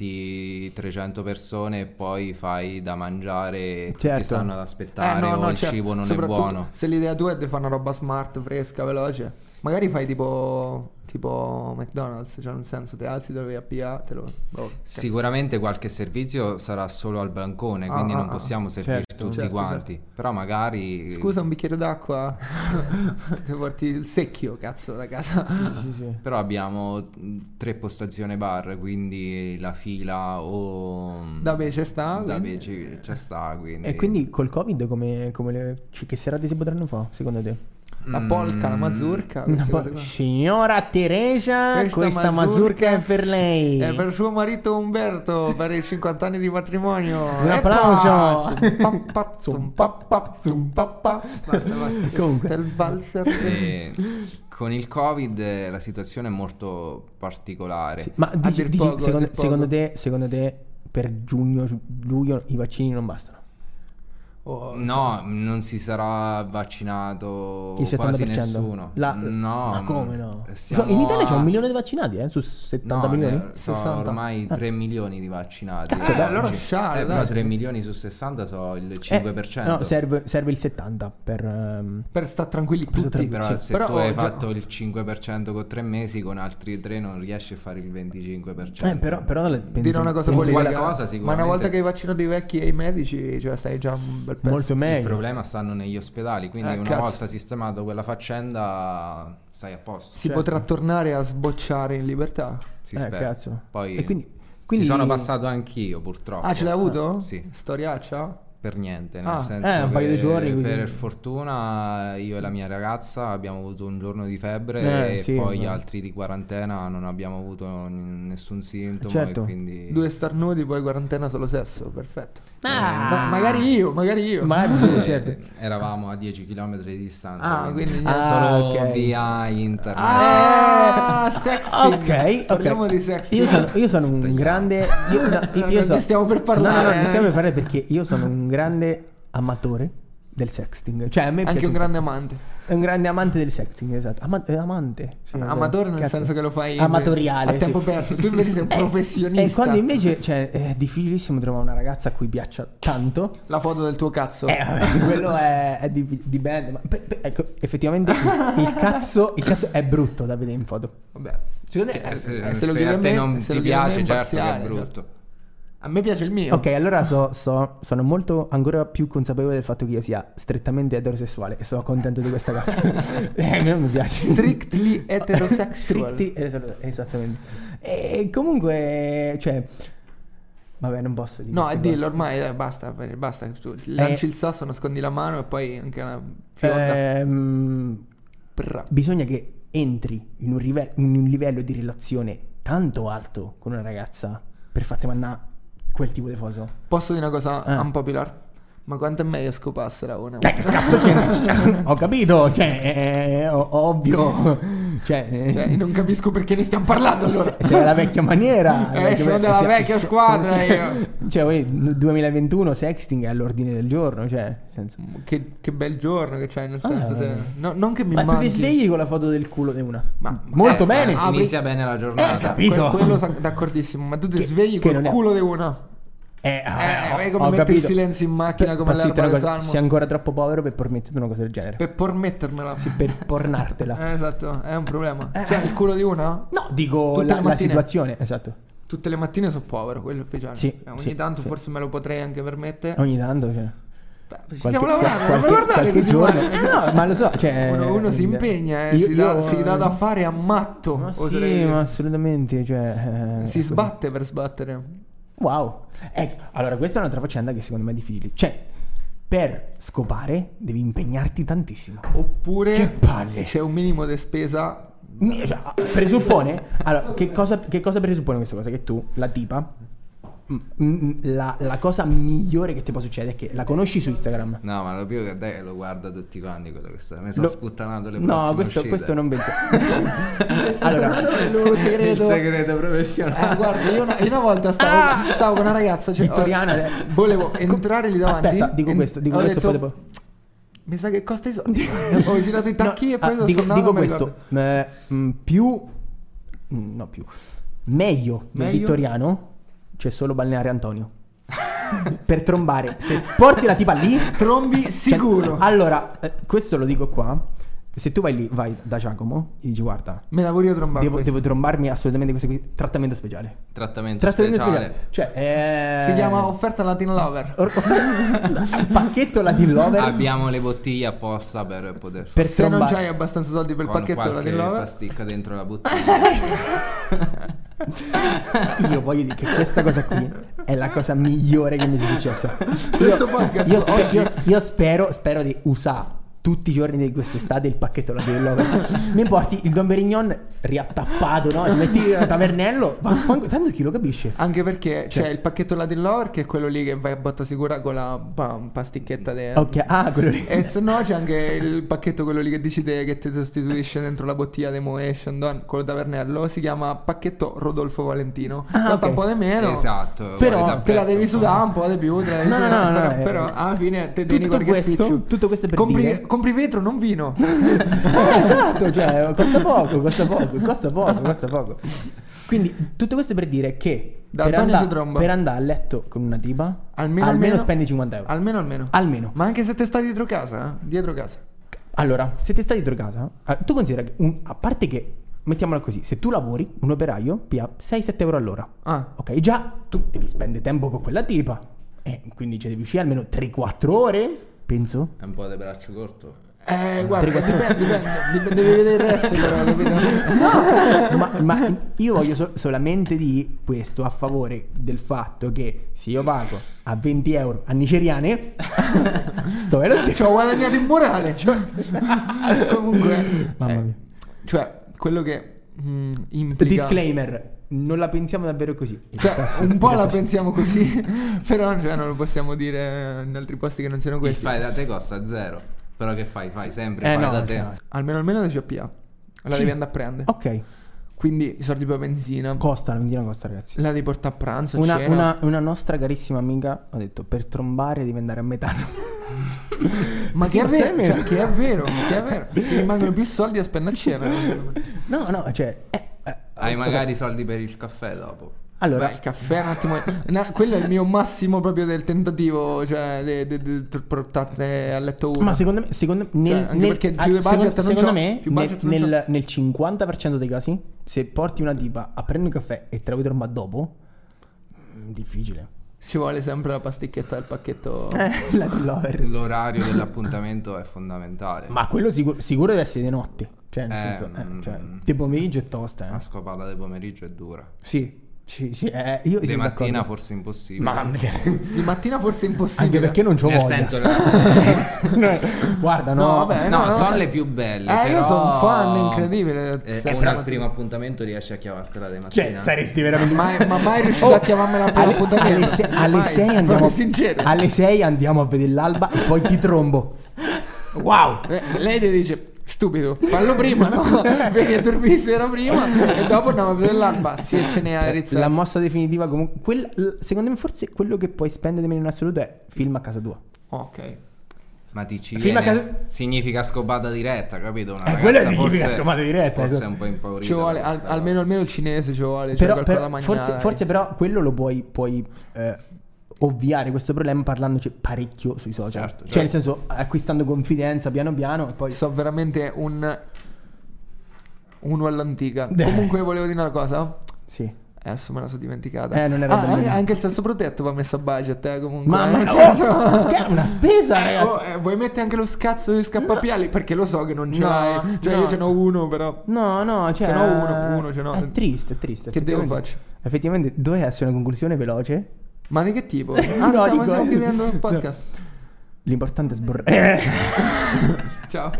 C: seduti 300 persone e poi fai da mangiare e
A: Certo.
C: tutti stanno ad aspettare
B: Eh, no,
C: o
B: no,
C: il
B: cioè,
C: cibo non è
B: soprattutto
C: buono.
B: Se l'idea tua è di fare una roba smart, fresca, veloce, magari fai tipo tipo McDonald's, cioè nel senso te alzi, te lo vai a pigliare, te lo boh, cazzo.
C: Sicuramente qualche servizio sarà solo al bancone,
B: Ah,
C: quindi
B: ah,
C: non
B: ah.
C: possiamo servire
A: Certo,
C: tutti
B: certo,
C: quanti. Però magari...
B: Scusa, un bicchiere d'acqua. [LAUGHS] Ti porti il secchio, cazzo, da casa.
C: Mm.
A: Sì, sì.
B: Eh,
C: Però abbiamo mh, tre postazioni bar, quindi la fila o... mm,
B: Da Bece sta,
C: Da
B: quindi.
C: Bece c'è sta, quindi...
A: E quindi col Covid come, come le... cioè, che serate si potranno fare, secondo te?
B: La polca,
C: Mm.
B: la mazurka.
A: Una
B: queste
A: po-
B: cose Ah, qua.
C: Eh,
A: Signora Teresa, questa, mazurka, è per lei.
B: È per suo marito Umberto, per i 50 anni di matrimonio.
A: Un applauso. [LAUGHS]
B: Zum pappa, zum pappa. Basta, basta.
A: Comunque.
B: Del valzer.
C: E con il Covid eh, la situazione è molto particolare.
A: Sì, ma dici-
B: dir
A: dici,
B: poco, a
A: secondo,
B: dir poco.
A: secondo te, secondo te per giugno, gi- luglio i vaccini non bastano? boh,
B: Oh,
C: No,
A: cioè
C: non si sarà vaccinato
A: Il 70%?
C: quasi nessuno.
A: La-
C: no,
A: ma come no?
C: siamo
A: So- in Italia
C: a-
A: c'è un milione di vaccinati, eh, su 70
C: No,
A: milioni?
B: eh,
A: Eh.
C: ne- sono
B: 60.
C: ormai 3 milioni di vaccinati.
B: Cazzo,
C: Eh,
B: dai, allora
C: oggi.
B: sciare,
C: Eh,
B: dai.
C: però 3 milioni su 60 so il
A: Eh,
C: 5%.
A: no, serve, serve il 70 per... ehm,
B: Per stare tranquilli
A: Per stare
B: tutti.
A: tranquilli,
C: Però
A: sì.
C: se
B: Però
C: tu
B: ho
C: hai
B: già-
C: fatto il 5% con 3 mesi, con altri 3 non riesci a fare il 25%.
A: eh, però, però le- penso,
B: Cioè, Dire una cosa
A: penso
C: politica.
B: politica,
C: qualcosa
B: ma
C: sicuramente.
B: una volta che hai vaccinato i vecchi e i medici, cioè stai già un bel
A: che
B: pezzo.
A: molto
C: Il
A: meglio.
C: problema stanno negli ospedali, quindi
B: Eh,
C: una
B: cazzo.
C: volta sistemato quella faccenda stai a posto.
A: certo.
B: Si potrà tornare a sbocciare in libertà?
C: Si
A: Eh,
C: spera.
A: cazzo.
C: Poi
A: E quindi-
C: ci
A: quindi-
C: sono passato anch'io purtroppo.
B: Ah, ce l'hai avuto?
C: Eh, Sì.
B: Storiaccia?
C: Per niente, nel
B: Ah,
C: senso
A: eh, un paio
C: che
A: di giorni, quindi-
C: per fortuna io e la mia ragazza abbiamo avuto un giorno di febbre
A: Eh,
C: e
A: sì,
C: poi gli
A: vabbè.
C: altri di quarantena non abbiamo avuto n- nessun sintomo
A: Certo.
C: e quindi
B: Due starnuti, poi quarantena solo sesso, perfetto.
A: Ah.
B: Ma- magari io, magari io. [LAUGHS]
A: Ma
C: eh,
A: certo.
C: eravamo a 10 km di distanza.
B: Ah, quindi niente.
A: Ah,
C: solo
A: ok.
C: via internet.
B: Ah, sexting.
A: Ok, ok.
B: Parliamo di sexting.
A: Io sono, io sono un grande.
B: [LAUGHS]
A: Io, no, io- io
B: Ne
A: so-
B: stiamo per
A: No, no,
B: parlare,
A: no, ne
B: eh.
A: stiamo per parlare perché io sono un grande amatore del sexting. Cioè, a me
B: Anche
A: piace
B: un grande amante.
A: È un grande amante del sexting, esatto. Ama- eh, amante. sì, vabbè.
B: Amatore nel
A: Cazzo.
B: senso che lo fai
A: Amatoriale.
B: a tempo
A: sì.
B: perso. Tu invece [LAUGHS] sei un
A: [LAUGHS] Eh,
B: professionista.
A: E quando invece, cioè, è difficilissimo trovare una ragazza a cui piaccia tanto.
B: La foto del tuo cazzo.
A: Eh,
B: [LAUGHS]
A: vabbè, quello è, è di, dipende. Ma per- per- ecco, effettivamente il, il cazzo, il cazzo è brutto da vedere in foto.
B: Vabbè.
A: Secondo te.
C: Eh, se,
B: eh, se
C: se
B: lo chiedi
C: a
B: a
C: te
B: me-
C: non
B: se
C: ti
B: lo chiedi a me
C: piace,
B: è
C: certo che è
B: imparziale,
C: brutto.
B: A me piace il mio.
A: Ok, allora so- so- sono molto ancora più consapevole del fatto che io sia strettamente eterosessuale e sono contento di questa
B: [LAUGHS]
A: cosa. eh, a me non mi piace. [LAUGHS]
B: Strictly heterosexual.
A: Strictly- es- esattamente. E comunque, cioè, vabbè, non posso dire.
B: No,
A: queste
B: è
A: cose.
B: dillo ormai, eh, basta, basta. Tu lanci
A: Eh.
B: il sasso, nascondi la mano e poi anche la fionda.
A: Ehm,
B: Prra.
A: bisogna che entri in un, rive- in un livello di relazione tanto alto con una ragazza per farti mannà quel tipo di foto.
B: Posso dire una cosa
A: Eh.
B: unpopular? Ma quanto è meglio scoparsela una?
A: Eh, che cazzo [LAUGHS] c'è? ho capito, cioè, è o-
B: [LAUGHS]
A: ovvio. Cioè, eh,
B: Cioè, non capisco perché ne stiamo parlando allora.
A: se, se è la vecchia maniera. la
B: Eh, sono della
A: se-
B: vecchia
A: se-
B: squadra
A: se- [LAUGHS]
B: io.
A: Cioè, voi, n- 2021 sexting è all'ordine del giorno, cioè, nel senso.
B: Mm, Che, che bel giorno che c'hai, nel
A: Ah.
B: senso... te- no, non che mi
A: Ma tu ti
B: manchi.
A: svegli con la foto del culo di una.
B: Ma-
A: Molto
C: Eh,
A: bene.
B: ah,
C: Inizia
B: apri-
C: bene la giornata.
A: Eh, capito.
B: Que- quello sono d'accordissimo, ma tu ti
A: Che-
B: svegli
A: che
B: col
A: non è-
B: culo di una.
A: Eh,
B: Eh,
A: ho-
B: vedi come
A: ho
B: mette il
A: capito.
B: silenzio in macchina come
A: posso dirti
B: l'erba
A: una
B: del
A: cosa?
B: salmo?
A: Sei ancora troppo povero per permetterti una cosa del genere. [LAUGHS] Per,
B: Per permettermela.
A: pornartela.
B: Eh, esatto, è un problema.
A: Eh,
B: Cioè, il culo di una?
A: No, dico
B: Tutte
A: la, la
B: le mattine.
A: situazione, esatto.
B: Tutte le mattine sono povero, quello è ufficiale.
A: Sì,
B: Eh, ogni
A: sì,
B: tanto
A: sì.
B: forse me lo potrei anche permettere.
A: Ogni tanto, cioè.
B: Beh, ci
A: qualche-
B: stiamo lavorando,
A: qualche-
B: ma guardate
A: qualche
B: così
A: giorno.
B: male.
A: Eh, no, ma lo so, cioè,
B: uno, uno si
A: eh,
B: impegna, eh,
A: io-
B: si, dà,
A: io-
B: si dà da fare a matto.
A: Ma
B: oserei
A: sì,
B: dire.
A: ma assolutamente, cioè, eh,
B: si
A: è così.
B: sbatte per sbattere.
A: Wow. Ecco, allora questa è un'altra faccenda che secondo me è difficile. Cioè, per scopare devi impegnarti tantissimo.
B: Oppure
A: Che palle.
B: c'è un minimo di spesa.
A: Mi- cioè, presuppone allora che cosa, che cosa presuppone questa cosa che tu la tipa m- m- la, la cosa migliore che ti può succedere è che la conosci su Instagram
C: No, ma lo più che dai lo guarda tutti quanti quello che sto. Mi sono
A: Lo-
C: sputtanato le prossime
A: no questo,
C: uscite.
A: questo non
C: [LAUGHS]
A: penso allora
B: Quello segreto.
C: Il segreto professionale.
B: Eh, guarda, io una, io una volta stavo, stavo con una ragazza. cioè,
A: Ah! Vittoriana,
B: ho-
A: eh.
B: volevo entrare lì davanti.
A: aspetta dico
B: en-
A: questo dico
B: ho
A: questo poi
B: detto,
A: dopo-
B: Mi sa che costa i soldi. ho girato i tacchi
A: No,
B: e poi
A: ah,
B: sono
A: dico,
B: andato,
A: dico
B: non mi
A: questo
B: ricordo.
A: eh, mm, più mm, no più meglio del
B: Meglio?
A: Vittoriano c'è solo balneare Antonio [LAUGHS] per trombare se porti la tipa lì
B: Trombi
A: Cioè,
B: sicuro.
A: allora, eh, questo lo dico qua. Se tu vai lì, vai da Giacomo e dici guarda,
B: Me la voglio trombare.
A: devo,
B: questa.
A: devo trombarmi assolutamente questo qui, trattamento speciale.
C: Trattamento,
A: Eh, Trattamento
C: speciale.
A: speciale. Cioè, eh,
B: Si chiama offerta Latin Lover.
A: or- or- [LAUGHS] pacchetto Latin Lover
C: Abbiamo le bottiglie apposta per poter fare
A: per
B: Se non c'hai
A: trombare.
B: abbastanza soldi per il
C: con
B: pacchetto
C: qualche
B: Latin Lover.
C: pasticca dentro la bottiglia.
A: [LAUGHS] Io voglio dire che questa cosa qui è la cosa migliore che mi sia
B: [LAUGHS]
A: successa.
B: Questo podcast
A: io, spe-
B: oggi-
A: io- io spero, spero di usare tutti i giorni di quest'estate il pacchetto Latin Lover. Mi porti il Don Perignon riattappato, no? Ci metti il tavernello, vaffanculo. tanto chi lo capisce?
B: Anche perché
A: Cioè-
B: c'è il pacchetto Latin Lover che è quello lì che vai a botta sicura con la pa- pasticchetta de...
A: Ok, ah, quello lì.
B: E se no c'è anche il pacchetto quello lì che dici te- che ti sostituisce dentro la bottiglia di Moe e Shandon, quello tavernello, si chiama pacchetto Rodolfo Valentino.
A: Ah,
B: Costa
A: ok.
B: un po' di meno.
C: esatto.
A: Però
C: qualità
B: Eh, Te la
C: prezzo,
B: devi
C: un po'.
B: sudare un po' di più, te la devi
A: No, no,
B: sudare,
A: no,
B: però,
A: no,
B: però
A: eh,
B: alla fine te
A: tutto
B: tieni qualche
A: questo-
B: spiccio.
A: tutto questo per
B: compri,
A: dire-
B: compri vetro,
A: [LAUGHS]
B: non vino.
A: Ah, esatto, cioè, costa poco, costa poco, costa poco, costa poco. Quindi, tutto questo per dire che
B: Da
A: per,
B: Antonio
A: andà-
B: si tromba.
A: per andare a letto con una tipa, almeno,
B: Almeno, almeno-
A: spendi 50 euro.
B: Almeno almeno.
A: Almeno.
B: Ma anche se te stai dietro casa, eh? dietro casa.
A: Allora, se ti stai dietro casa, ah, tu considera che, un- a parte che, mettiamola così, se tu lavori, un operaio pia 6-7 euro all'ora.
B: Ah.
A: Ok, già tu devi spendere tempo con quella tipa. E quindi ci devi uscire almeno 3-4 ore, penso.
C: È un po' di braccio corto.
B: Eh,
A: [LAUGHS]
B: guarda, dipende, dipende, dipende, devi vedere il resto però, capito?
A: ma, ma io voglio so- solamente di questo a favore del fatto che se io pago a 20 euro a
B: [LAUGHS]
A: nigeriane, sto è lo
B: Ci
A: stesso.
B: ho guadagnato in morale. cioè. [LAUGHS] Comunque,
A: Mamma
B: eh,
A: mia.
B: cioè, quello che mm, implica
A: Disclaimer, non la pensiamo davvero così.
B: Cioè, un po' la pensiamo così, [LAUGHS] però cioè, non lo possiamo dire in altri posti che non siano
C: Il
B: questi.
C: fai da te costa zero. Però che fai? Fai sempre
A: Eh
C: fai
A: no,
C: da te.
A: esatto.
B: Almeno almeno la GPA. La
A: Sì.
B: devi andare a prendere.
A: Ok,
B: Quindi i soldi per la benzina.
A: costa, non dire costa ragazzi.
B: la devi portare a pranzo. a
A: Una,
B: cena. [LAUGHS]
A: una- una nostra carissima amica ha detto per trombare devi andare a metano.
B: Ma che è
A: Forse è
B: vero,
A: vero.
B: cioè, che
A: [LAUGHS]
B: è vero, che è vero. Ti rimangono più soldi a spendere a cena.
A: No, no, cioè... eh, eh,
C: Hai
A: ok.
C: magari i soldi per il caffè dopo.
A: Allora,
B: Beh, il caffè un attimo. na- quello è il mio massimo proprio del tentativo, cioè de- de- de- tr- portate a letto uno.
A: ma secondo me... Secondo, nel,
B: Cioè, anche
A: nel-
B: perché
A: ah,
B: più budget
A: secondo,
B: non
A: secondo
B: c'ho,
A: me,
B: più
A: nel,
B: budget non
A: nel- nel 50% dei casi, se porti una tipa a prendere un caffè e te la vuoi dormire dopo, mm, difficile.
B: Si vuole sempre la pasticchetta del pacchetto.
A: Eh, [LAUGHS] la di
B: [LAUGHS]
A: Lover.
C: L'orario dell'appuntamento è fondamentale.
A: Ma quello sicuro, sicuro deve essere di notte. Cioè, nel
C: Eh,
A: senso, eh,
C: mm.
A: cioè, di pomeriggio è tosta.
C: La
A: Eh.
C: scopata del pomeriggio è dura.
A: Sì, sì, sì. eh, io
C: Di
A: sono
C: mattina
A: d'accordo.
C: forse impossibile.
A: Ma
B: Di mattina forse è
A: [LAUGHS]
B: impossibile.
A: anche perché non c'ho
C: Nel
A: voglia.
C: senso,
A: [LAUGHS] Cioè, guarda, no,
B: No, vabbè. Eh,
C: no,
B: no, no,
C: sono
B: no.
C: le più belle.
B: Eh, io
C: però-
B: sono un fan incredibile.
C: Eh,
B: Sono
C: e però
B: una-
C: al primo appuntamento riesci a chiavartela di mattina.
A: Cioè, saresti veramente
B: Ma, ma mai riuscito
A: Oh,
B: a chiamarmela per
A: alle-
B: l'appuntamento?
A: alle se- alle
B: Mai.
A: 6 andiamo,
B: Proprio sincero.
A: alle sei andiamo a vedere l'alba e poi ti trombo. Wow!
B: Eh, Lei ti dice Stupido, fallo prima,
A: [LAUGHS]
B: no? [LAUGHS] Vedi a dormire sera prima e dopo andiamo a vedere l'alba. Sì, ce ne ha
A: Cioè, Eh, La
B: Rizzo.
A: mossa definitiva comunque quella- l- secondo me forse quello che puoi spendere di meno in assoluto è film a casa tua.
B: Ok.
C: Ma dici
A: Fino a casa-
C: significa scopata diretta, capito? Una
A: Eh,
C: ragazza
A: quello significa
C: forse-
A: scopata diretta,
C: Forse è
A: esatto.
C: un po' impaurita.
B: Ci vuole
C: da
B: al-
C: questa
B: almeno,
C: cosa.
B: almeno il cinese ci vuole. c'è
A: però,
B: qualcosa
A: però-
B: da mangiare.
A: forse, forse però quello lo puoi, puoi eh, ovviare questo problema parlandoci parecchio sui social.
C: Certo,
A: Cioè, nel senso, acquistando confidenza piano piano e poi.
B: So veramente un.
A: [LAUGHS]
B: Uno all'antica.
A: Beh.
B: Comunque volevo dire una cosa.
A: Sì.
B: Eh, Adesso me la sono dimenticata.
A: Eh, non era
B: Ah,
A: bellissimo.
B: anche- anche il senso protetto va messo a budget, eh, comunque.
A: Mamma
B: [LAUGHS] Eh, nel
A: oh,
B: senso-
A: che è una spesa,
B: Eh,
A: ragazzi.
B: oh, eh, vuoi mettere anche lo scazzo di scappapiali? Perché lo so che non ce
A: No,
B: l'hai. Cioè,
A: no.
B: io ce n'ho uno, però.
A: No, no, cioè.
B: Ce n'ho uno, uno, ce n'ho-
A: È triste, è triste.
B: Che devo
A: effettivamente-
B: faccio?
A: Effettivamente, doveva essere una conclusione veloce.
B: Ma di che tipo? Ah,
A: [LAUGHS] No,
B: stiamo,
A: dico-
B: stiamo chiudendo
A: [LAUGHS]
B: il podcast. [LAUGHS]
A: L'importante è sborrare.
B: Ciao.